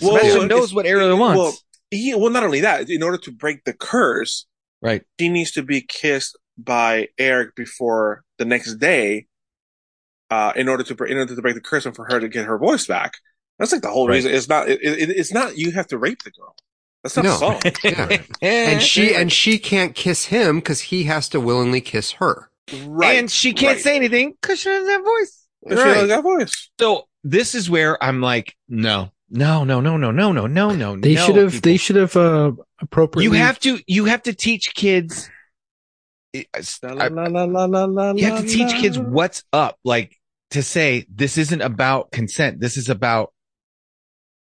Speaker 6: Well,
Speaker 3: Sebastian
Speaker 6: it's-
Speaker 3: knows what Ariel wants.
Speaker 6: Well, he, well, not only that, in order to break the curse,
Speaker 3: right.
Speaker 6: she needs to be kissed by Eric before the next day, uh, in order to break, in order to break the curse and for her to get her voice back. That's like the whole
Speaker 3: Right.
Speaker 6: reason. It's not. It, it, it's not. You have to rape the girl. That's not
Speaker 2: No.
Speaker 6: the song.
Speaker 2: <laughs> Yeah. and she and she can't kiss him because he has to willingly kiss her.
Speaker 6: Right.
Speaker 3: and she can't
Speaker 6: right.
Speaker 3: say anything because she doesn't have voice.
Speaker 6: But She has that voice.
Speaker 3: So this is where I'm like, no, no, no, no, no, no, no, no, no.
Speaker 5: They
Speaker 3: no,
Speaker 5: should have. They
Speaker 3: people.
Speaker 5: should have uh,
Speaker 3: You
Speaker 5: appropriately.
Speaker 3: have to. You have to teach kids. I- I- You have to teach kids what's up. Like to say this isn't about consent. This is about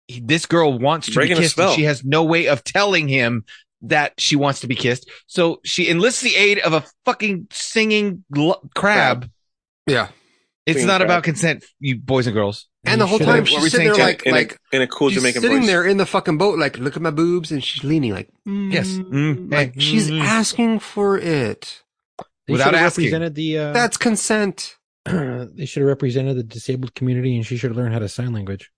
Speaker 3: he- this girl wants to
Speaker 6: Breaking a
Speaker 3: be kissed, and
Speaker 6: spell.
Speaker 3: she has no way of telling him that she wants to be kissed. So she enlists the aid of a fucking singing lo- crab.
Speaker 2: Yeah.
Speaker 3: It's
Speaker 6: Singing
Speaker 3: not
Speaker 6: crab.
Speaker 3: about consent, you boys and girls.
Speaker 2: And
Speaker 5: You
Speaker 2: the whole
Speaker 5: should
Speaker 2: time
Speaker 5: have-
Speaker 3: What were we
Speaker 2: she's sitting there
Speaker 3: saying, Jen?
Speaker 2: like
Speaker 6: in,
Speaker 2: like
Speaker 6: a, in a cool
Speaker 2: she's
Speaker 6: Jamaican
Speaker 2: sitting
Speaker 6: voice.
Speaker 2: there in the fucking boat, like look at my boobs, and she's leaning like mm,
Speaker 3: Yes. Mm,
Speaker 2: like
Speaker 3: hey.
Speaker 2: she's
Speaker 3: Mm.
Speaker 2: asking for it.
Speaker 5: They
Speaker 3: without
Speaker 5: should have
Speaker 3: asking.
Speaker 5: represented the. Uh,
Speaker 2: That's consent.
Speaker 5: <clears throat> they should have represented the disabled community, and she should learn how to sign language.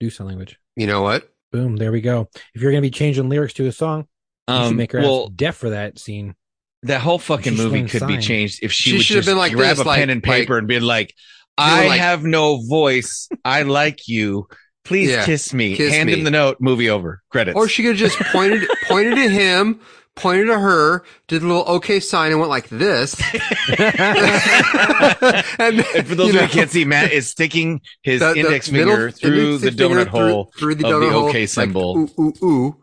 Speaker 5: Do sign language.
Speaker 2: You know what?
Speaker 5: Boom. There we go. If you're going to be changing lyrics to a song, you should
Speaker 3: Um,
Speaker 5: make her
Speaker 3: well,
Speaker 5: ass deaf for that scene.
Speaker 3: that whole fucking
Speaker 5: She should
Speaker 3: movie
Speaker 5: learn
Speaker 3: could be
Speaker 5: sign.
Speaker 3: changed if she,
Speaker 2: She
Speaker 3: would
Speaker 2: should have
Speaker 3: just
Speaker 2: been like
Speaker 3: grab
Speaker 2: this,
Speaker 3: a
Speaker 2: like-
Speaker 3: pen and paper and be like,
Speaker 2: You know,
Speaker 3: "I
Speaker 2: like-
Speaker 3: have no voice.
Speaker 2: <laughs>
Speaker 3: I like you. Please
Speaker 2: Yeah,
Speaker 3: kiss me.
Speaker 2: kiss
Speaker 3: Hand
Speaker 2: me."
Speaker 3: him the note. Movie over. Credits." <laughs>
Speaker 2: Or she could have just pointed pointed at him, pointed at her, did a little okay sign, and went like this. and,
Speaker 3: and for those
Speaker 2: you
Speaker 3: of you
Speaker 2: know,
Speaker 3: who can't see, Matt is sticking his
Speaker 2: the- the
Speaker 3: index
Speaker 2: middle-
Speaker 3: finger through
Speaker 2: index
Speaker 3: the
Speaker 2: finger
Speaker 3: donut hole.
Speaker 2: through, through
Speaker 3: of the
Speaker 2: donut hole,
Speaker 3: okay
Speaker 2: like,
Speaker 3: symbol.
Speaker 2: ooh, ooh, ooh.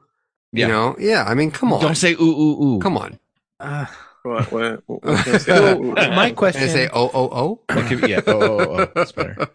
Speaker 3: Yeah.
Speaker 2: You know, yeah. I mean, come on,
Speaker 3: <laughs> Don't say ooh ooh ooh.
Speaker 2: come on.
Speaker 5: Uh,
Speaker 6: What? What? what
Speaker 2: <laughs>
Speaker 6: can I say?
Speaker 5: So
Speaker 6: Ooh,
Speaker 5: <laughs> my
Speaker 2: Can I
Speaker 5: question,
Speaker 2: say oh oh oh?
Speaker 3: It could be- yeah, oh, oh, oh, that's better.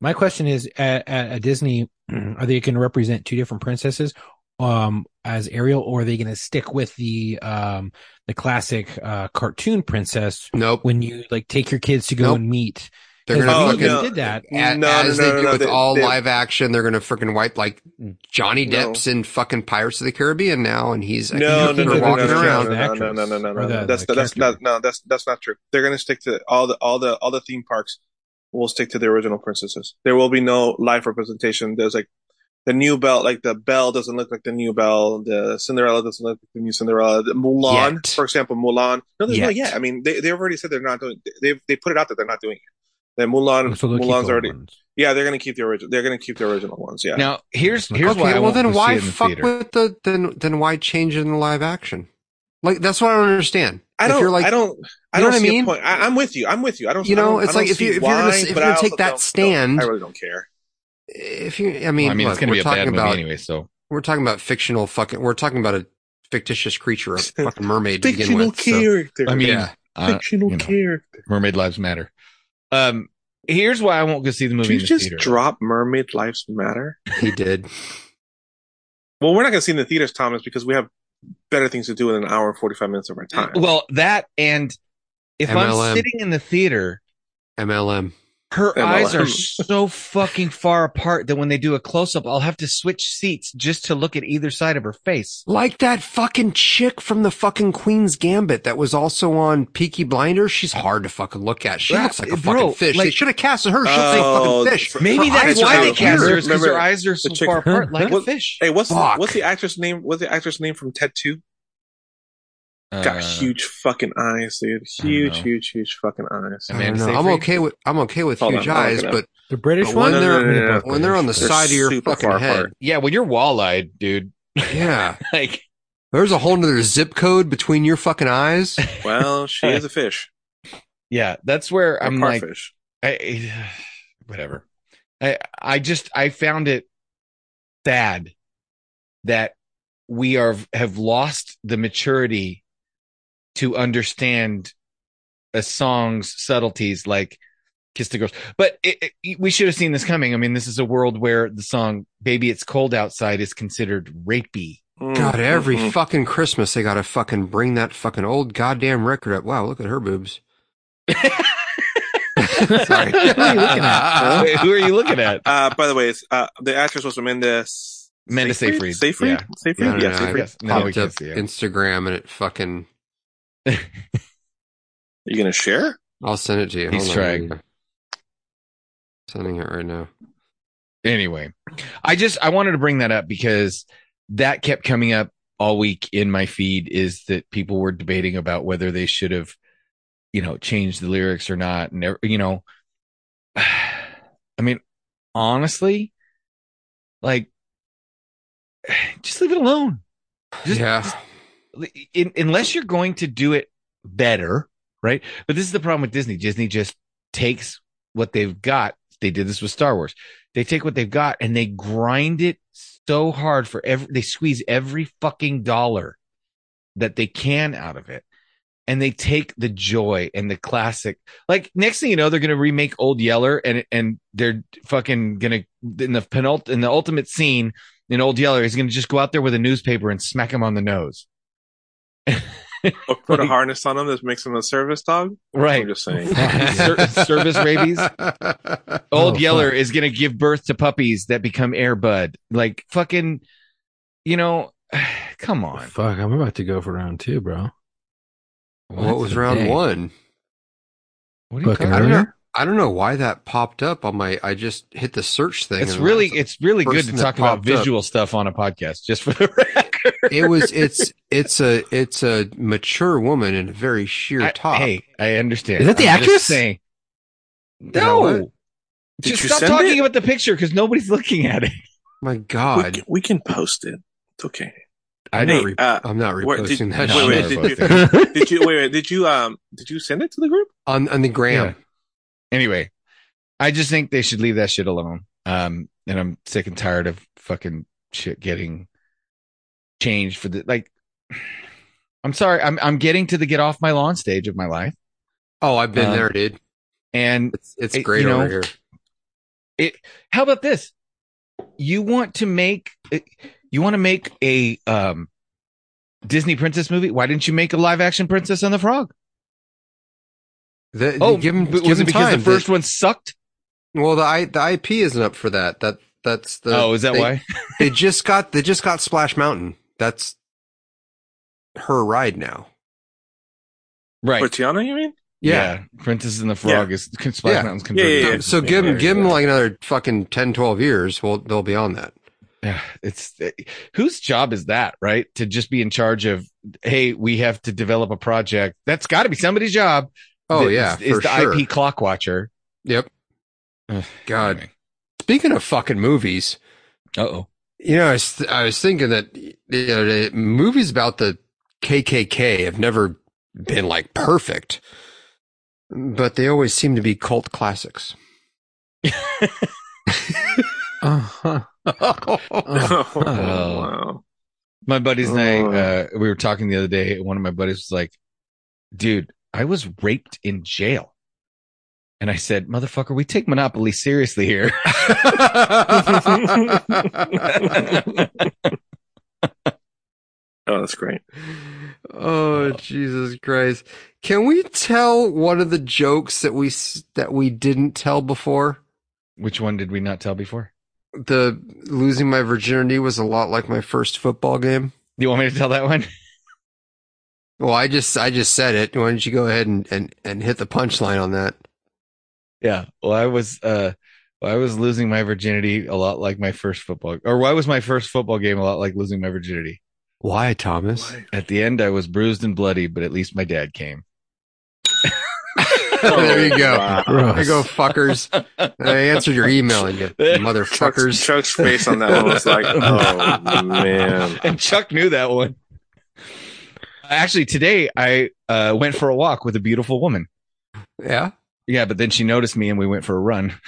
Speaker 5: my question is: at, at, at Disney, <clears throat> are they going to represent two different princesses um, as Ariel, or are they going to stick with the um, the classic uh, cartoon princess
Speaker 2: <laughs> Nope.
Speaker 5: when you like take your kids to go
Speaker 2: Nope.
Speaker 5: and meet?
Speaker 2: They're
Speaker 5: 'Cause
Speaker 2: gonna
Speaker 5: we
Speaker 6: Oh,
Speaker 2: fucking
Speaker 5: just
Speaker 6: no.
Speaker 5: did that.
Speaker 2: a-
Speaker 6: No,
Speaker 2: as
Speaker 6: no,
Speaker 2: they
Speaker 6: no,
Speaker 2: do
Speaker 6: no,
Speaker 2: with
Speaker 6: they-
Speaker 2: all
Speaker 6: they-
Speaker 2: live action. They're gonna freaking wipe like Johnny
Speaker 6: No.
Speaker 2: Depp's in fucking Pirates of the Caribbean now, and he's a
Speaker 6: No,
Speaker 2: character
Speaker 6: no, no, no,
Speaker 2: walking
Speaker 6: no, no,
Speaker 2: around.
Speaker 6: no, no, no, no, no,
Speaker 5: Or
Speaker 6: no,
Speaker 5: the-
Speaker 6: no. That's
Speaker 5: the
Speaker 6: that's
Speaker 5: character.
Speaker 6: not no. That's that's not true. They're gonna stick to all the all the all the theme parks. Will stick to the original princesses. There will be no live representation. There's like the new Belle, like the Belle doesn't look like the new Belle. The Cinderella doesn't look like the new Cinderella. The Mulan,
Speaker 2: Yet.
Speaker 6: for example, Mulan. No, there's no.
Speaker 2: Yet.
Speaker 6: Yeah, I mean, they they've already said they're not doing. They've they put it out that they're not doing it. The Mulan,
Speaker 5: So they'll keep
Speaker 6: Mulan's
Speaker 5: the old
Speaker 6: already.
Speaker 5: ones.
Speaker 6: Yeah, they're gonna keep the original. They're gonna keep the original ones. Yeah.
Speaker 3: Now here's here's
Speaker 2: okay,
Speaker 3: why. I
Speaker 2: well
Speaker 3: won't
Speaker 2: then
Speaker 3: go see
Speaker 2: why
Speaker 3: it in the
Speaker 2: fuck
Speaker 3: theater.
Speaker 2: with the then then why change it in the live action? Like that's what I don't understand.
Speaker 6: I
Speaker 2: If
Speaker 6: don't.
Speaker 2: you're like-
Speaker 6: I don't. I
Speaker 2: you know
Speaker 6: don't
Speaker 2: what I
Speaker 6: see
Speaker 2: mean?
Speaker 6: a point. I, I'm with you. I'm with you. I don't.
Speaker 2: You
Speaker 6: I don't-
Speaker 2: know, it's
Speaker 6: I don't
Speaker 2: like if
Speaker 6: see
Speaker 2: you- if you're gonna
Speaker 6: why,
Speaker 2: s- if
Speaker 6: but
Speaker 2: you're
Speaker 6: I
Speaker 2: gonna
Speaker 6: also
Speaker 2: take that
Speaker 6: don't-
Speaker 2: stand-
Speaker 6: I really don't care.
Speaker 2: If you, I
Speaker 3: I mean,
Speaker 2: mean, look,
Speaker 3: it's going to
Speaker 2: we're
Speaker 3: be a
Speaker 2: talking
Speaker 3: bad
Speaker 2: about
Speaker 3: movie
Speaker 2: <laughs>
Speaker 3: anyway. So
Speaker 2: we're talking about fictional fucking. We're talking about a fictitious creature,
Speaker 3: <laughs>
Speaker 2: a fucking mermaid to begin with. so-
Speaker 6: character.
Speaker 3: I mean,
Speaker 2: Yeah.
Speaker 3: uh,
Speaker 6: fictional
Speaker 3: you know.
Speaker 6: character.
Speaker 3: Mermaid Lives Matter. Um, here's why I won't go see the
Speaker 6: Did
Speaker 3: movie.
Speaker 6: you
Speaker 3: in the
Speaker 6: just
Speaker 3: theater.
Speaker 6: drop Mermaid Lives Matter?
Speaker 2: he did.
Speaker 6: Well, we're not going to see it in the theaters, Thomas, because we have better things to do in an hour and 45 minutes of our time.
Speaker 3: Well, that and if
Speaker 2: MLM.
Speaker 3: I'm sitting in the theater,
Speaker 2: MLM.
Speaker 3: her
Speaker 6: MLM.
Speaker 3: eyes are so fucking far apart that when they do a close up, I'll have to switch seats just to look at either side of her face.
Speaker 2: Like that fucking chick from the fucking Queen's Gambit that was also on Peaky Blinders. She's hard to fucking look at. She
Speaker 3: Yeah,
Speaker 2: looks like a
Speaker 3: bro,
Speaker 2: fucking fish. they
Speaker 3: like-
Speaker 2: should have casted her. She looks
Speaker 6: Oh,
Speaker 2: like a fucking fish.
Speaker 6: for-
Speaker 3: Maybe
Speaker 2: Her
Speaker 3: that's
Speaker 2: eyes
Speaker 3: why
Speaker 2: are
Speaker 3: they
Speaker 2: out
Speaker 3: cast her
Speaker 2: here.
Speaker 3: because her
Speaker 6: Remember-
Speaker 3: eyes are so
Speaker 6: the chick-
Speaker 3: far apart, like a
Speaker 6: What-
Speaker 3: fish.
Speaker 6: Hey, what's the,
Speaker 2: Fuck.
Speaker 6: what's the actress name? What's the actress name from Ted 2? Got
Speaker 3: Uh,
Speaker 6: huge fucking eyes, dude.
Speaker 3: don't
Speaker 6: Huge,
Speaker 3: know.
Speaker 6: huge, huge fucking eyes.
Speaker 2: I
Speaker 3: Amanda
Speaker 2: don't know. I'm
Speaker 3: Seyfried?
Speaker 2: okay with I'm okay with
Speaker 6: Hold
Speaker 2: huge
Speaker 6: on, I'll look
Speaker 2: eyes,
Speaker 6: it up.
Speaker 2: but
Speaker 5: The British
Speaker 2: But
Speaker 5: one.
Speaker 2: when they're-
Speaker 5: I mean, they're
Speaker 6: no,
Speaker 5: both
Speaker 2: when they're on the
Speaker 5: British, but-
Speaker 2: side of your
Speaker 6: super
Speaker 2: fucking
Speaker 6: far
Speaker 2: head,
Speaker 6: apart.
Speaker 3: Yeah, when you're wall eyed, dude.
Speaker 2: yeah,
Speaker 3: <laughs> Like,
Speaker 2: there's a whole nother zip code between your fucking
Speaker 3: <laughs>
Speaker 2: eyes.
Speaker 6: Well, she is a fish.
Speaker 3: yeah, that's where
Speaker 6: A
Speaker 3: I'm like,
Speaker 6: parfish.
Speaker 3: I, <sighs> whatever. I I just I found it sad that we are have lost the maturity to understand a song's subtleties like Kiss the Girls. But it, it, we should have seen this coming. I mean, this is a world where the song Baby It's Cold Outside is considered <laughs> rapey.
Speaker 6: Mm,
Speaker 3: Mm-hmm.
Speaker 2: God, every
Speaker 6: mm, mm.
Speaker 2: fucking Christmas they gotta fucking bring that fucking old goddamn record up. Wow, look at her boobs. <laughs>
Speaker 3: <laughs>
Speaker 2: Sorry.
Speaker 3: Who are you looking at? Wait, who
Speaker 2: <laughs>
Speaker 3: are you looking at?
Speaker 6: Uh, by the way, it's, uh, the actress was Amanda S-
Speaker 3: Amanda Seyfried.
Speaker 6: Seyfried?
Speaker 3: Yeah.
Speaker 6: Seyfried?
Speaker 2: No, no,
Speaker 6: Yeah,
Speaker 2: no, I
Speaker 6: Seyfried.
Speaker 3: guess- No, we
Speaker 2: Popped
Speaker 3: can't
Speaker 2: up
Speaker 3: see it.
Speaker 2: Instagram and it fucking.
Speaker 6: Are you going to share?
Speaker 2: I'll send it to you.
Speaker 3: He's
Speaker 2: Hold on.
Speaker 3: trying.
Speaker 2: Sending it right now.
Speaker 3: anyway, I just I wanted to bring that up because that kept coming up all week in my feed is that people were debating about whether they should have, you know, changed the lyrics or not, and ev- you know, <sighs> I mean, honestly, like, <sighs> just leave it alone. Just-
Speaker 2: yeah.
Speaker 3: in, unless you're going to do it better, right? But this is the problem with Disney. Disney just takes what they've got. They did this with Star Wars. They take what they've got and they grind it so hard for every, they squeeze every fucking dollar that they can out of it. And they take the joy and the classic. Like next thing you know, they're going to remake Old Yeller and, and they're fucking going to, in the penult, in the ultimate scene in Old Yeller, he's going to just go out there with a newspaper and smack him on the nose.
Speaker 6: Or put a
Speaker 3: Right.
Speaker 6: harness on him that makes him a service dog?
Speaker 3: Right.
Speaker 6: I'm
Speaker 2: <laughs>
Speaker 6: just saying.
Speaker 3: <laughs> Ser- service rabies. Oh, Old Yeller is going to give birth to puppies that become Air Bud. Like fucking, you know, <sighs> come on.
Speaker 5: Fuck, I'm about to go for round two, bro.
Speaker 2: What was round
Speaker 3: Dang.
Speaker 2: one?
Speaker 3: What are you talking
Speaker 5: Fucking
Speaker 3: about?
Speaker 2: know.
Speaker 5: earlier.
Speaker 2: I don't know why that popped up on my. I just hit the search thing.
Speaker 3: It's
Speaker 2: and
Speaker 3: really,
Speaker 2: that's-
Speaker 3: it's really good
Speaker 2: person
Speaker 3: to
Speaker 2: that
Speaker 3: talk about
Speaker 2: popped up.
Speaker 3: visual stuff on a podcast, just for the <laughs> record.
Speaker 2: it
Speaker 3: <laughs>
Speaker 2: was. It's. It's a. It's a mature woman in a very sheer
Speaker 3: I-
Speaker 2: top.
Speaker 3: hey, I understand.
Speaker 5: Is that the
Speaker 3: I'm just
Speaker 5: actress?
Speaker 3: saying.
Speaker 2: You know what?
Speaker 3: No.
Speaker 6: Did
Speaker 3: Just
Speaker 6: you
Speaker 3: stop
Speaker 6: send
Speaker 3: talking
Speaker 6: it?
Speaker 3: about the picture because nobody's <laughs> looking at it.
Speaker 2: My
Speaker 6: We
Speaker 2: God,
Speaker 6: can, we can post it. It's okay.
Speaker 2: I
Speaker 6: Hey,
Speaker 2: don't. Re-
Speaker 6: uh,
Speaker 2: I'm not
Speaker 6: where- did-
Speaker 2: reposting that.
Speaker 3: No,
Speaker 6: wait,
Speaker 2: shit.
Speaker 6: wait,
Speaker 3: I'm
Speaker 6: did
Speaker 2: <laughs>
Speaker 3: not
Speaker 6: you,
Speaker 5: <laughs>
Speaker 6: did you, wait, wait, did you, um, did you send it to the group?
Speaker 2: on on the gram.
Speaker 3: anyway, I just think they should leave that shit alone. Um, and I'm sick and tired of fucking shit getting changed for the like. <sighs> I'm sorry. I'm I'm getting to the get off my lawn stage of my life,
Speaker 2: Oh, I've been
Speaker 3: Um,
Speaker 2: there, dude.
Speaker 3: and
Speaker 2: It's it's
Speaker 3: it-
Speaker 2: great
Speaker 3: you
Speaker 2: over
Speaker 3: know,
Speaker 2: here.
Speaker 3: it how about this you want to make eh, you want to make a um disney princess movie why didn't you make a live action princess and the frog
Speaker 2: The,
Speaker 3: oh
Speaker 2: give him,
Speaker 3: was
Speaker 2: give
Speaker 3: it
Speaker 2: him
Speaker 3: because
Speaker 2: time.
Speaker 3: the first one sucked
Speaker 2: well, the I, the IP isn't up for that. That that's the.
Speaker 3: oh is that
Speaker 2: they-
Speaker 3: why
Speaker 2: they just got they just got Splash Mountain. That's her ride now.
Speaker 3: right
Speaker 6: For Tiana, you mean?
Speaker 3: yeah. princess and the frog is Splash
Speaker 2: Yeah.
Speaker 3: Mountain's
Speaker 6: Yeah,
Speaker 3: converted
Speaker 6: yeah, yeah.
Speaker 3: to
Speaker 2: Um, So
Speaker 3: Disney.
Speaker 2: give them
Speaker 3: There
Speaker 2: give
Speaker 3: you
Speaker 2: them
Speaker 3: go.
Speaker 2: like another fucking 10, 12 years. Well, they'll be on that.
Speaker 3: Yeah, it's whose job is that, right? To just be in charge of, hey, we have to develop a project. That's got to be somebody's job.
Speaker 2: Oh yeah,
Speaker 3: is
Speaker 2: for
Speaker 3: the
Speaker 2: sure.
Speaker 3: IP clock watcher.
Speaker 2: Yep.
Speaker 3: Ugh,
Speaker 2: God, speaking of fucking movies,
Speaker 3: Uh oh.
Speaker 2: you know, I was, I was thinking that the other day, movies about the KKK have never been like perfect, but they always seem to be cult
Speaker 3: <laughs>
Speaker 2: classics.
Speaker 5: Uh-huh.
Speaker 6: <laughs>
Speaker 2: Uh-huh. <laughs>
Speaker 6: Oh,
Speaker 3: Oh.
Speaker 6: wow.
Speaker 3: My buddies and I,
Speaker 6: Oh.
Speaker 3: uh, we were talking the other day. and One of my buddies was like, dude, I was raped in jail. And I said, motherfucker, we take Monopoly
Speaker 2: <laughs>
Speaker 3: seriously here. <laughs>
Speaker 6: Oh, that's great.
Speaker 2: Oh Jesus Christ! Can we tell one of the jokes that we s- that we didn't tell before?
Speaker 3: Which one did we not tell before?
Speaker 2: The losing my virginity was a lot like my first football game.
Speaker 3: Do you want me to tell that one?
Speaker 2: Well, I just I just said it. Why don't you go ahead and and, and hit the punchline on that?
Speaker 3: Yeah. Well, I was uh well, I was losing my virginity a lot like my first football or why was my first football game a lot like losing my virginity?
Speaker 2: Why, Thomas?
Speaker 3: At the end I was bruised and bloody, but at least my dad came.
Speaker 2: <laughs> <laughs> there you go.
Speaker 6: Wow.
Speaker 2: <laughs> There you Uh, go, fuckers. I answered your
Speaker 6: <laughs>
Speaker 2: email, and you
Speaker 6: Chuck's,
Speaker 2: motherfuckers.
Speaker 6: Chuck's face on that one
Speaker 2: <laughs>
Speaker 6: was like, oh man.
Speaker 3: <laughs>
Speaker 6: <laughs>
Speaker 3: And Chuck knew that one. Actually, today I uh went for a walk with a beautiful woman.
Speaker 2: Yeah.
Speaker 3: Yeah, but then she noticed me and we went for a run.
Speaker 2: <laughs>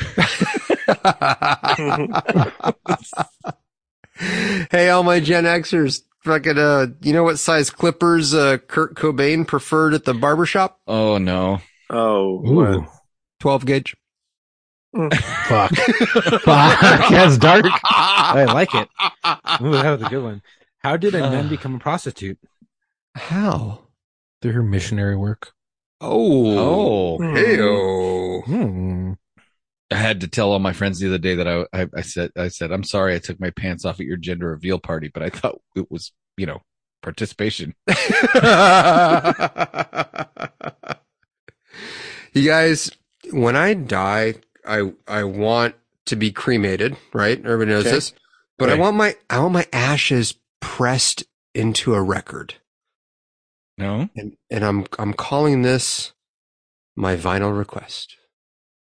Speaker 2: hey, all my Gen Xers, fucking, uh, you know what size clippers uh, Kurt Cobain preferred at the barbershop?
Speaker 3: Oh no.
Speaker 6: Oh,
Speaker 4: Ooh.
Speaker 6: what?
Speaker 2: 12 gauge. <laughs>
Speaker 5: Fuck.
Speaker 4: Fuck, <laughs> that's
Speaker 2: <laughs>
Speaker 4: dark.
Speaker 5: I like it.
Speaker 2: Oh.
Speaker 5: Ooh, that was a good one. How did a nun become a prostitute?
Speaker 2: How?
Speaker 5: Through her missionary work.
Speaker 2: Oh.
Speaker 3: Oh.
Speaker 2: Ew.
Speaker 5: Hmm.
Speaker 3: I had to tell all my friends the other day that I, I I said I said I'm sorry I took my pants off at your gender reveal party, but I thought it was, you know, participation.
Speaker 2: you guys, when I die, I I want to be cremated, right? Everybody knows
Speaker 6: Okay.
Speaker 2: this. But
Speaker 3: Right.
Speaker 2: I want my I want my ashes pressed into a record.
Speaker 3: No.
Speaker 2: And and I'm I'm calling this my vinyl request.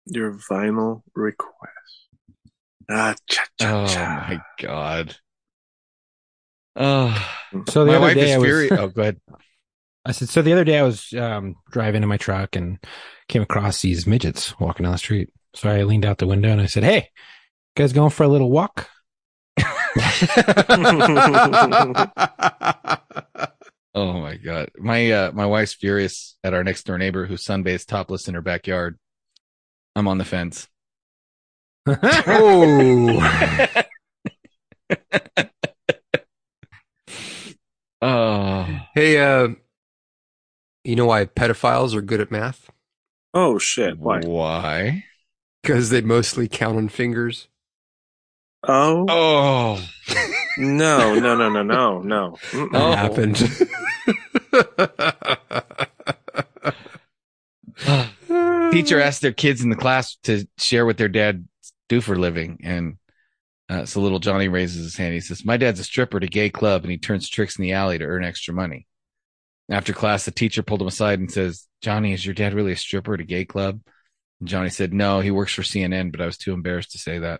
Speaker 6: Your vinyl request. Ah, cha cha
Speaker 3: Oh
Speaker 6: cha.
Speaker 3: my god. Oh,
Speaker 5: So the
Speaker 3: my
Speaker 5: other
Speaker 3: wife
Speaker 5: day
Speaker 3: is
Speaker 5: I was,
Speaker 3: furious. Oh, go ahead.
Speaker 5: <laughs> I said, so the other day I was um, driving in my truck and came across these midgets walking down the street. So I leaned out the window and I said, hey, you guys going for a little walk?
Speaker 3: Oh my god. My uh my wife's furious at our next door neighbor who sunbathes topless in her backyard. I'm on the fence.
Speaker 2: oh.
Speaker 3: <laughs> Oh.
Speaker 2: <laughs> Hey, uh you know why pedophiles are good at math?
Speaker 6: Oh shit. Why?
Speaker 3: Why?
Speaker 2: Because they mostly count on fingers.
Speaker 6: Oh,
Speaker 3: Oh.
Speaker 6: no, no, no, no,
Speaker 3: <laughs>
Speaker 6: no, no. Mm-mm.
Speaker 2: That
Speaker 3: Oh.
Speaker 2: <laughs> happened.
Speaker 3: teacher asked their kids in the class to share what their dad do for a living and uh, so little johnny raises his hand he says my dad's a stripper at a gay club and he turns tricks in the alley to earn extra money after class the teacher pulled him aside and says johnny is your dad really a stripper at a gay club and johnny said no he works for cnn but i was too embarrassed to say that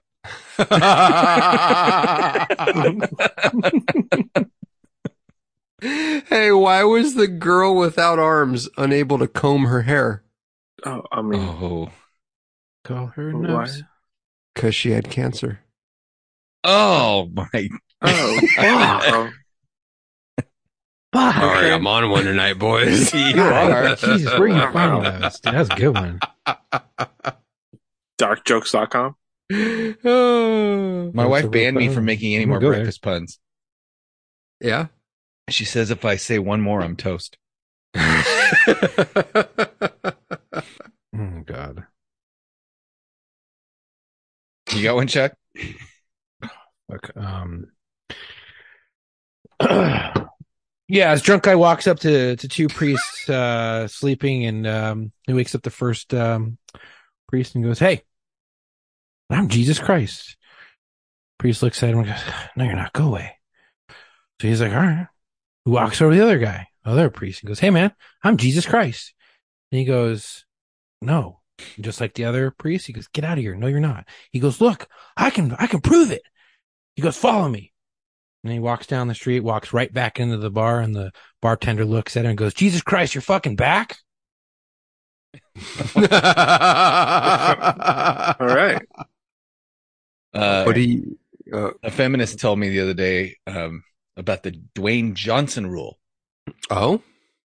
Speaker 2: hey, why was the girl without arms unable to comb her hair?
Speaker 6: Oh, I mean,
Speaker 3: oh
Speaker 5: Call her
Speaker 6: why?
Speaker 5: nurse.
Speaker 2: Because she had cancer.
Speaker 3: oh my <laughs>
Speaker 6: Oh, wow.
Speaker 2: All
Speaker 5: Fuck.
Speaker 2: right, I'm on one tonight, <laughs> boys.
Speaker 3: You <laughs> are.
Speaker 5: Jesus, where you find those? Dude, that's a good one.
Speaker 6: Darkjokes.com.
Speaker 2: Oh.
Speaker 3: My
Speaker 5: That's a
Speaker 3: wife
Speaker 5: real
Speaker 3: banned me
Speaker 5: pun.
Speaker 3: from making any
Speaker 5: We'll
Speaker 3: more
Speaker 5: go there.
Speaker 3: breakfast puns.
Speaker 2: yeah.
Speaker 3: She says if I say one more, I'm
Speaker 2: <laughs>
Speaker 3: toast.
Speaker 5: Oh God.
Speaker 3: You got
Speaker 2: <laughs>
Speaker 3: one, Chuck?
Speaker 5: Fuck. Um. <clears throat> yeah, this drunk guy walks up to to two priests uh sleeping, and um he wakes up the first um priest and goes, "Hey, I'm Jesus Christ." Priest looks at him and goes, "No, you're not. Go away." So he's like, "All right." He walks over to the other guy, other priest, and goes, "Hey, man, I'm Jesus Christ." And he goes, "No." And just like the other priest, he goes, "Get out of here. No, you're not." He goes, "Look, I can I can prove it." He goes, "Follow me." And he walks down the street, walks right back into the bar, and the bartender looks at him and goes, "Jesus Christ, you're fucking back."
Speaker 6: All right.
Speaker 3: Uh,
Speaker 2: What do you? Uh,
Speaker 3: a feminist told me the other day um, about the Dwayne Johnson rule.
Speaker 2: oh,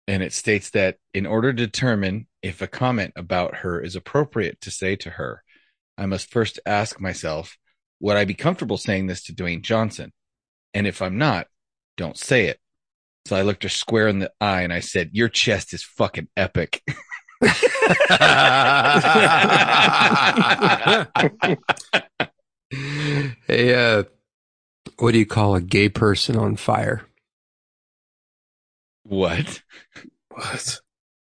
Speaker 3: And it states that in order to determine if a comment about her is appropriate to say to her, I must first ask myself, would I be comfortable saying this to Dwayne Johnson? And if I'm not, don't say it. So I looked her square in the eye and I said, Your chest is fucking epic. <laughs>
Speaker 2: hey, uh, what do you call a gay person on fire?
Speaker 3: what?
Speaker 6: What?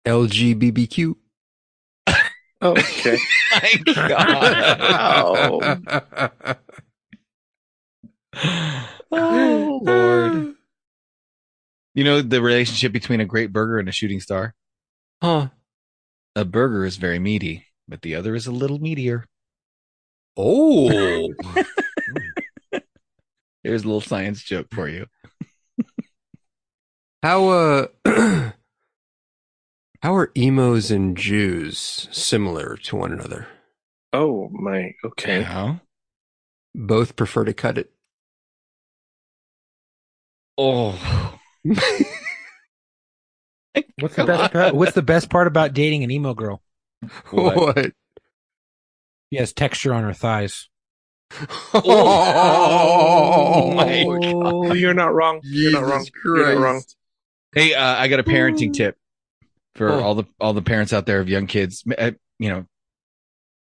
Speaker 2: LGBTQ.
Speaker 6: Oh, okay.
Speaker 3: <laughs> My God. oh, Lord. <gasps> You know the relationship between a great burger and a shooting star?
Speaker 2: Huh.
Speaker 3: A burger is very meaty, but the other is a little meatier.
Speaker 2: Oh.
Speaker 3: Here's a little science joke for you.
Speaker 2: How uh <clears throat> how are emos and Jews similar to one another?
Speaker 6: Oh my. Okay.
Speaker 3: Now,
Speaker 2: Both prefer to cut it.
Speaker 3: oh,
Speaker 5: What's the best? part- what's the best part about dating an emo girl?
Speaker 2: <laughs> what?
Speaker 5: She has texture on her thighs.
Speaker 2: Oh,
Speaker 3: my
Speaker 6: Oh, you're not wrong. You're not wrong.
Speaker 2: Jesus
Speaker 6: You're not wrong.
Speaker 2: Christ.
Speaker 3: Hey, uh, I got a parenting tip for
Speaker 2: Oh.
Speaker 3: all the all the parents out there of young kids. M- uh, You know,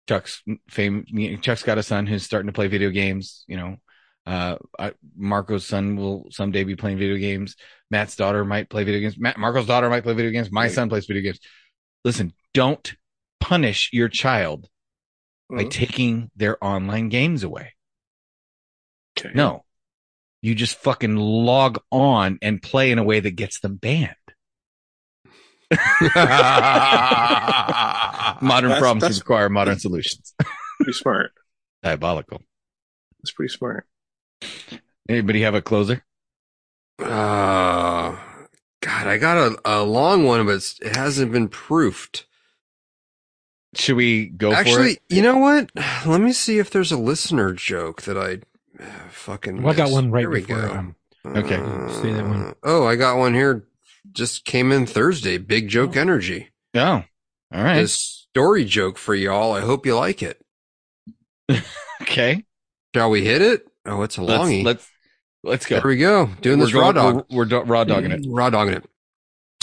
Speaker 3: Chuck's fame. you know, Chuck's got a son who's starting to play video games. You know, uh, I, Marco's son will someday be playing video games. Matt's daughter might play video games. Matt, Marco's daughter might play video games. My son plays video games. Listen, don't punish your child by
Speaker 6: Mhm.
Speaker 3: taking their online games away.
Speaker 6: Okay.
Speaker 3: No, you just fucking log on and play in a way that gets them
Speaker 2: <laughs>
Speaker 3: banned.
Speaker 2: <laughs>
Speaker 3: modern
Speaker 6: That's-
Speaker 3: problems
Speaker 6: that's-
Speaker 3: require modern solutions. <laughs>
Speaker 6: Pretty smart.
Speaker 3: Diabolical.
Speaker 6: That's pretty smart.
Speaker 3: Anybody have a closer?
Speaker 2: Uh, God, I got a, a long one, but it's, it hasn't been proofed.
Speaker 3: Should we go
Speaker 2: Actually,
Speaker 3: for
Speaker 2: you know what? Let me see if there's a listener joke that I uh, fucking.
Speaker 5: Well, I got
Speaker 2: missed.
Speaker 5: one right
Speaker 2: Here we
Speaker 5: before.
Speaker 2: go.
Speaker 5: Um,
Speaker 3: Okay.
Speaker 5: Say that one.
Speaker 2: Oh, I got one here. Just came in Thursday. Big joke energy.
Speaker 3: it? Oh, all right.
Speaker 2: This story joke for y'all. I hope you like it.
Speaker 3: okay.
Speaker 2: Shall we hit it? Oh, it's a
Speaker 3: Let's,
Speaker 2: longie.
Speaker 3: let's, let's go.
Speaker 2: Here we go. Doing this
Speaker 3: We're
Speaker 2: raw
Speaker 3: going-
Speaker 2: dog.
Speaker 3: We're, we're do- raw dogging it.
Speaker 2: Raw dogging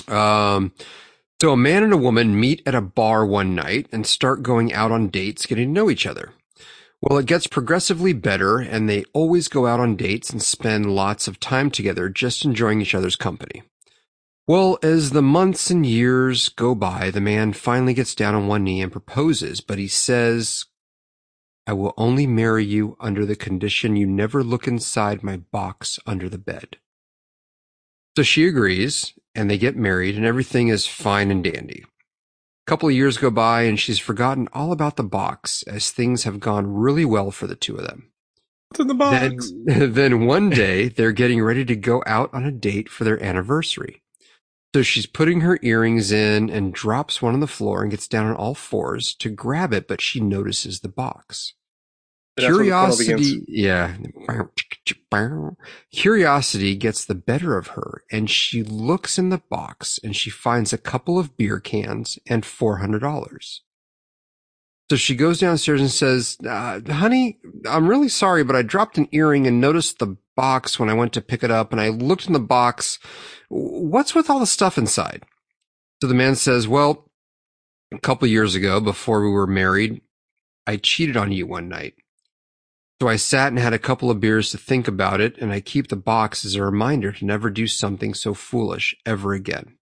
Speaker 2: it. Um, so a man and a woman meet at a bar one night and start going out on dates, getting to know each other. Well, it gets progressively better and they always go out on dates and spend lots of time together, just enjoying each other's company. Well, as the months and years go by, the man finally gets down on one knee and proposes, but he says, I will only marry you under the condition you never look inside my box under the bed. So she agrees and they get married and everything is fine and dandy. A couple of years go by and she's forgotten all about the box as things have gone really well for the two of them.
Speaker 6: What's in the box?
Speaker 2: Then, <laughs> then one day they're getting ready to go out on a date for their anniversary. So she's putting her earrings in and drops one on the floor and gets down on all fours to grab it, but she notices the box.
Speaker 6: And that's where the portal begins.
Speaker 2: Curiosity, yeah. Curiosity gets the better of her, and she looks in the box and she finds a couple of beer cans and four hundred dollars. So she goes downstairs and says, uh, "Honey, I'm really sorry, but I dropped an earring and noticed the box when I went to pick it up, and I looked in the box. What's with all the stuff inside?" So the man says, "Well, a couple years ago, before we were married, I cheated on you one night." So I sat and had a couple of beers to think about it, and I keep the box as a reminder to never do something so foolish ever again.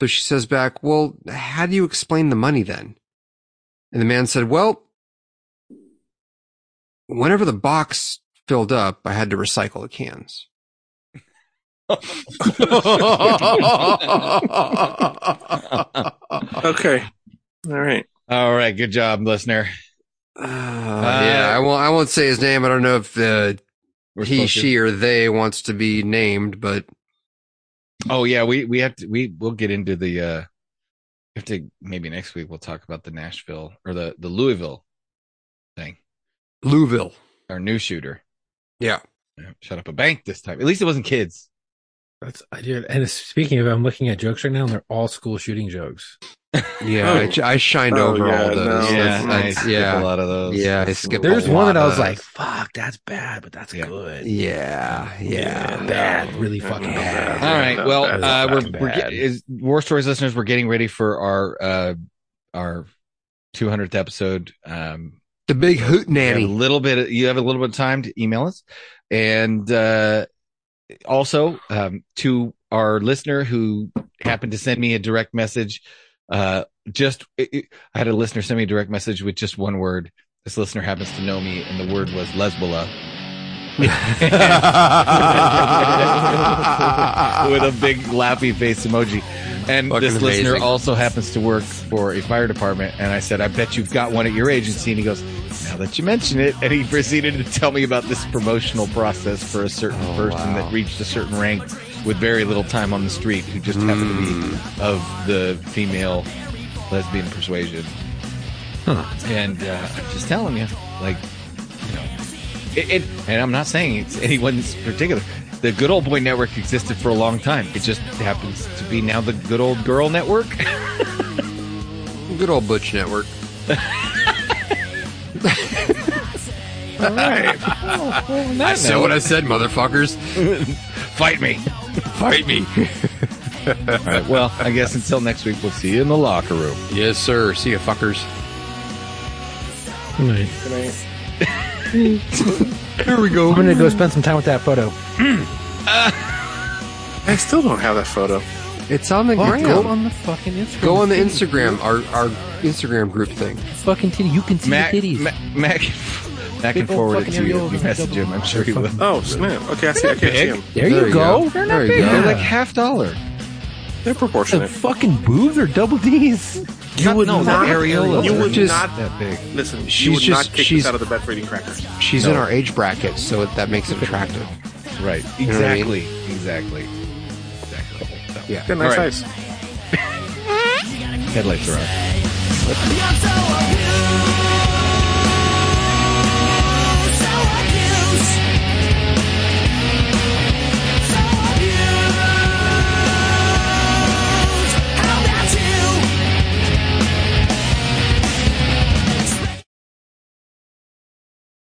Speaker 2: So she says back, Well, how do you explain the money then? And the man said, Well, whenever the box filled up, I had to recycle the cans. <laughs>
Speaker 6: Okay. All right.
Speaker 3: All right, good job, listener.
Speaker 2: Uh, yeah, I won't. I won't say his name. I don't know if uh,
Speaker 3: We're
Speaker 2: he,
Speaker 3: supposed to-
Speaker 2: she, or they wants to be named, but
Speaker 3: Oh yeah, we we have to we we'll get into the uh we have to maybe next week we'll talk about the Nashville or the the Louisville thing.
Speaker 2: Louisville.
Speaker 3: Our new shooter.
Speaker 2: Yeah.
Speaker 3: Shut up a bank this time. At least it wasn't kids.
Speaker 5: That's I did. And speaking of, I'm looking at jokes right now, and they're all school shooting jokes.
Speaker 2: Yeah, I, ch- I shined
Speaker 6: Oh,
Speaker 2: over
Speaker 6: yeah,
Speaker 2: all
Speaker 6: no,
Speaker 2: those.
Speaker 6: Yeah,
Speaker 2: That's- that's-
Speaker 3: skipped
Speaker 2: yeah,
Speaker 3: a lot of those.
Speaker 2: yeah. I skipped a
Speaker 5: There's one that I
Speaker 2: lot
Speaker 5: was
Speaker 2: of-
Speaker 5: like, "Fuck, that's bad, but that's
Speaker 3: Yeah.
Speaker 5: good."
Speaker 2: yeah, yeah.
Speaker 6: no.
Speaker 5: bad, really
Speaker 6: No,
Speaker 5: fucking
Speaker 6: no,
Speaker 5: bad.
Speaker 6: no,
Speaker 3: All
Speaker 6: no,
Speaker 3: right.
Speaker 6: no,
Speaker 3: Well,
Speaker 6: no, no.
Speaker 3: uh,
Speaker 5: fucking
Speaker 3: we're, we're
Speaker 5: bad.
Speaker 3: get- is War Stories listeners, we're getting ready for our uh our 200th episode. Um,
Speaker 2: The big hoot
Speaker 3: you have a
Speaker 2: nanny.
Speaker 3: little bit. You have a little bit of time to email us, and uh, also um, to our listener who happened to send me a direct message. Uh, just it- it- I had a listener send me a direct message with just one word. This listener happens to know me, and the word was lesbola. <laughs> with a big laughy face emoji. And
Speaker 2: Fucking
Speaker 3: this listener
Speaker 2: amazing.
Speaker 3: also happens to work for a fire department. And I said, I bet you've got one at your agency. And he goes, Now that you mention it. And he <laughs> proceeded to tell me about this promotional process for a certain
Speaker 2: Oh,
Speaker 3: person that reached a certain rank with very little time on the street who just happened to be
Speaker 2: Hmm.
Speaker 3: of the female lesbian persuasion. And uh, I'm just telling you, like, you know, it, it, and I'm not saying it's anyone's particular. The Good Old Boy Network existed for a long time. It just happens to be now the Good Old Girl Network. <laughs>
Speaker 2: Good old Butch Network. I said what I said, motherfuckers.
Speaker 3: Fight <laughs> me.
Speaker 2: Fight me.
Speaker 3: All right. Well, I guess until next week, we'll see you in the locker room.
Speaker 2: yes, sir. See you, fuckers.
Speaker 6: Good night.
Speaker 5: Here we go. I'm gonna go spend some time with that photo.
Speaker 6: I still don't have that photo.
Speaker 2: It's on the ground.
Speaker 5: go
Speaker 2: Go on,
Speaker 5: on the fucking Instagram.
Speaker 2: the Instagram, our, our Instagram group thing.
Speaker 5: fucking titty. You can see
Speaker 3: Mac,
Speaker 5: the titties.
Speaker 3: Mac, Mac, Mac can
Speaker 5: Big old
Speaker 3: forward it
Speaker 5: fucking
Speaker 3: to you
Speaker 5: areola
Speaker 3: if you
Speaker 5: with
Speaker 3: message him. I'm sure he
Speaker 5: <laughs>
Speaker 3: will.
Speaker 6: Oh snap! Okay, I see. I can't see them.
Speaker 5: there, you go.
Speaker 2: They're not
Speaker 5: big.
Speaker 3: They're
Speaker 5: Yeah.
Speaker 3: like half dollar.
Speaker 6: They're
Speaker 5: The
Speaker 6: proportionate.
Speaker 5: fucking boobs are double D's.
Speaker 3: You would no,
Speaker 6: not-
Speaker 3: the areolas
Speaker 6: you
Speaker 3: are
Speaker 6: would
Speaker 3: just
Speaker 6: not-
Speaker 3: that big.
Speaker 6: Listen,
Speaker 2: She's
Speaker 6: she would
Speaker 2: just-
Speaker 6: not kick
Speaker 2: she's-
Speaker 6: this out of the bed for eating crackers.
Speaker 2: She's in
Speaker 3: No.
Speaker 2: our age bracket, so that makes it attractive.
Speaker 3: Right.
Speaker 2: know what I mean?
Speaker 3: Exactly. Exactly. Exactly. So,
Speaker 2: Yeah.
Speaker 6: Good nice
Speaker 3: All right.
Speaker 6: eyes.
Speaker 3: Headlights are on.
Speaker 8: You're so amusing.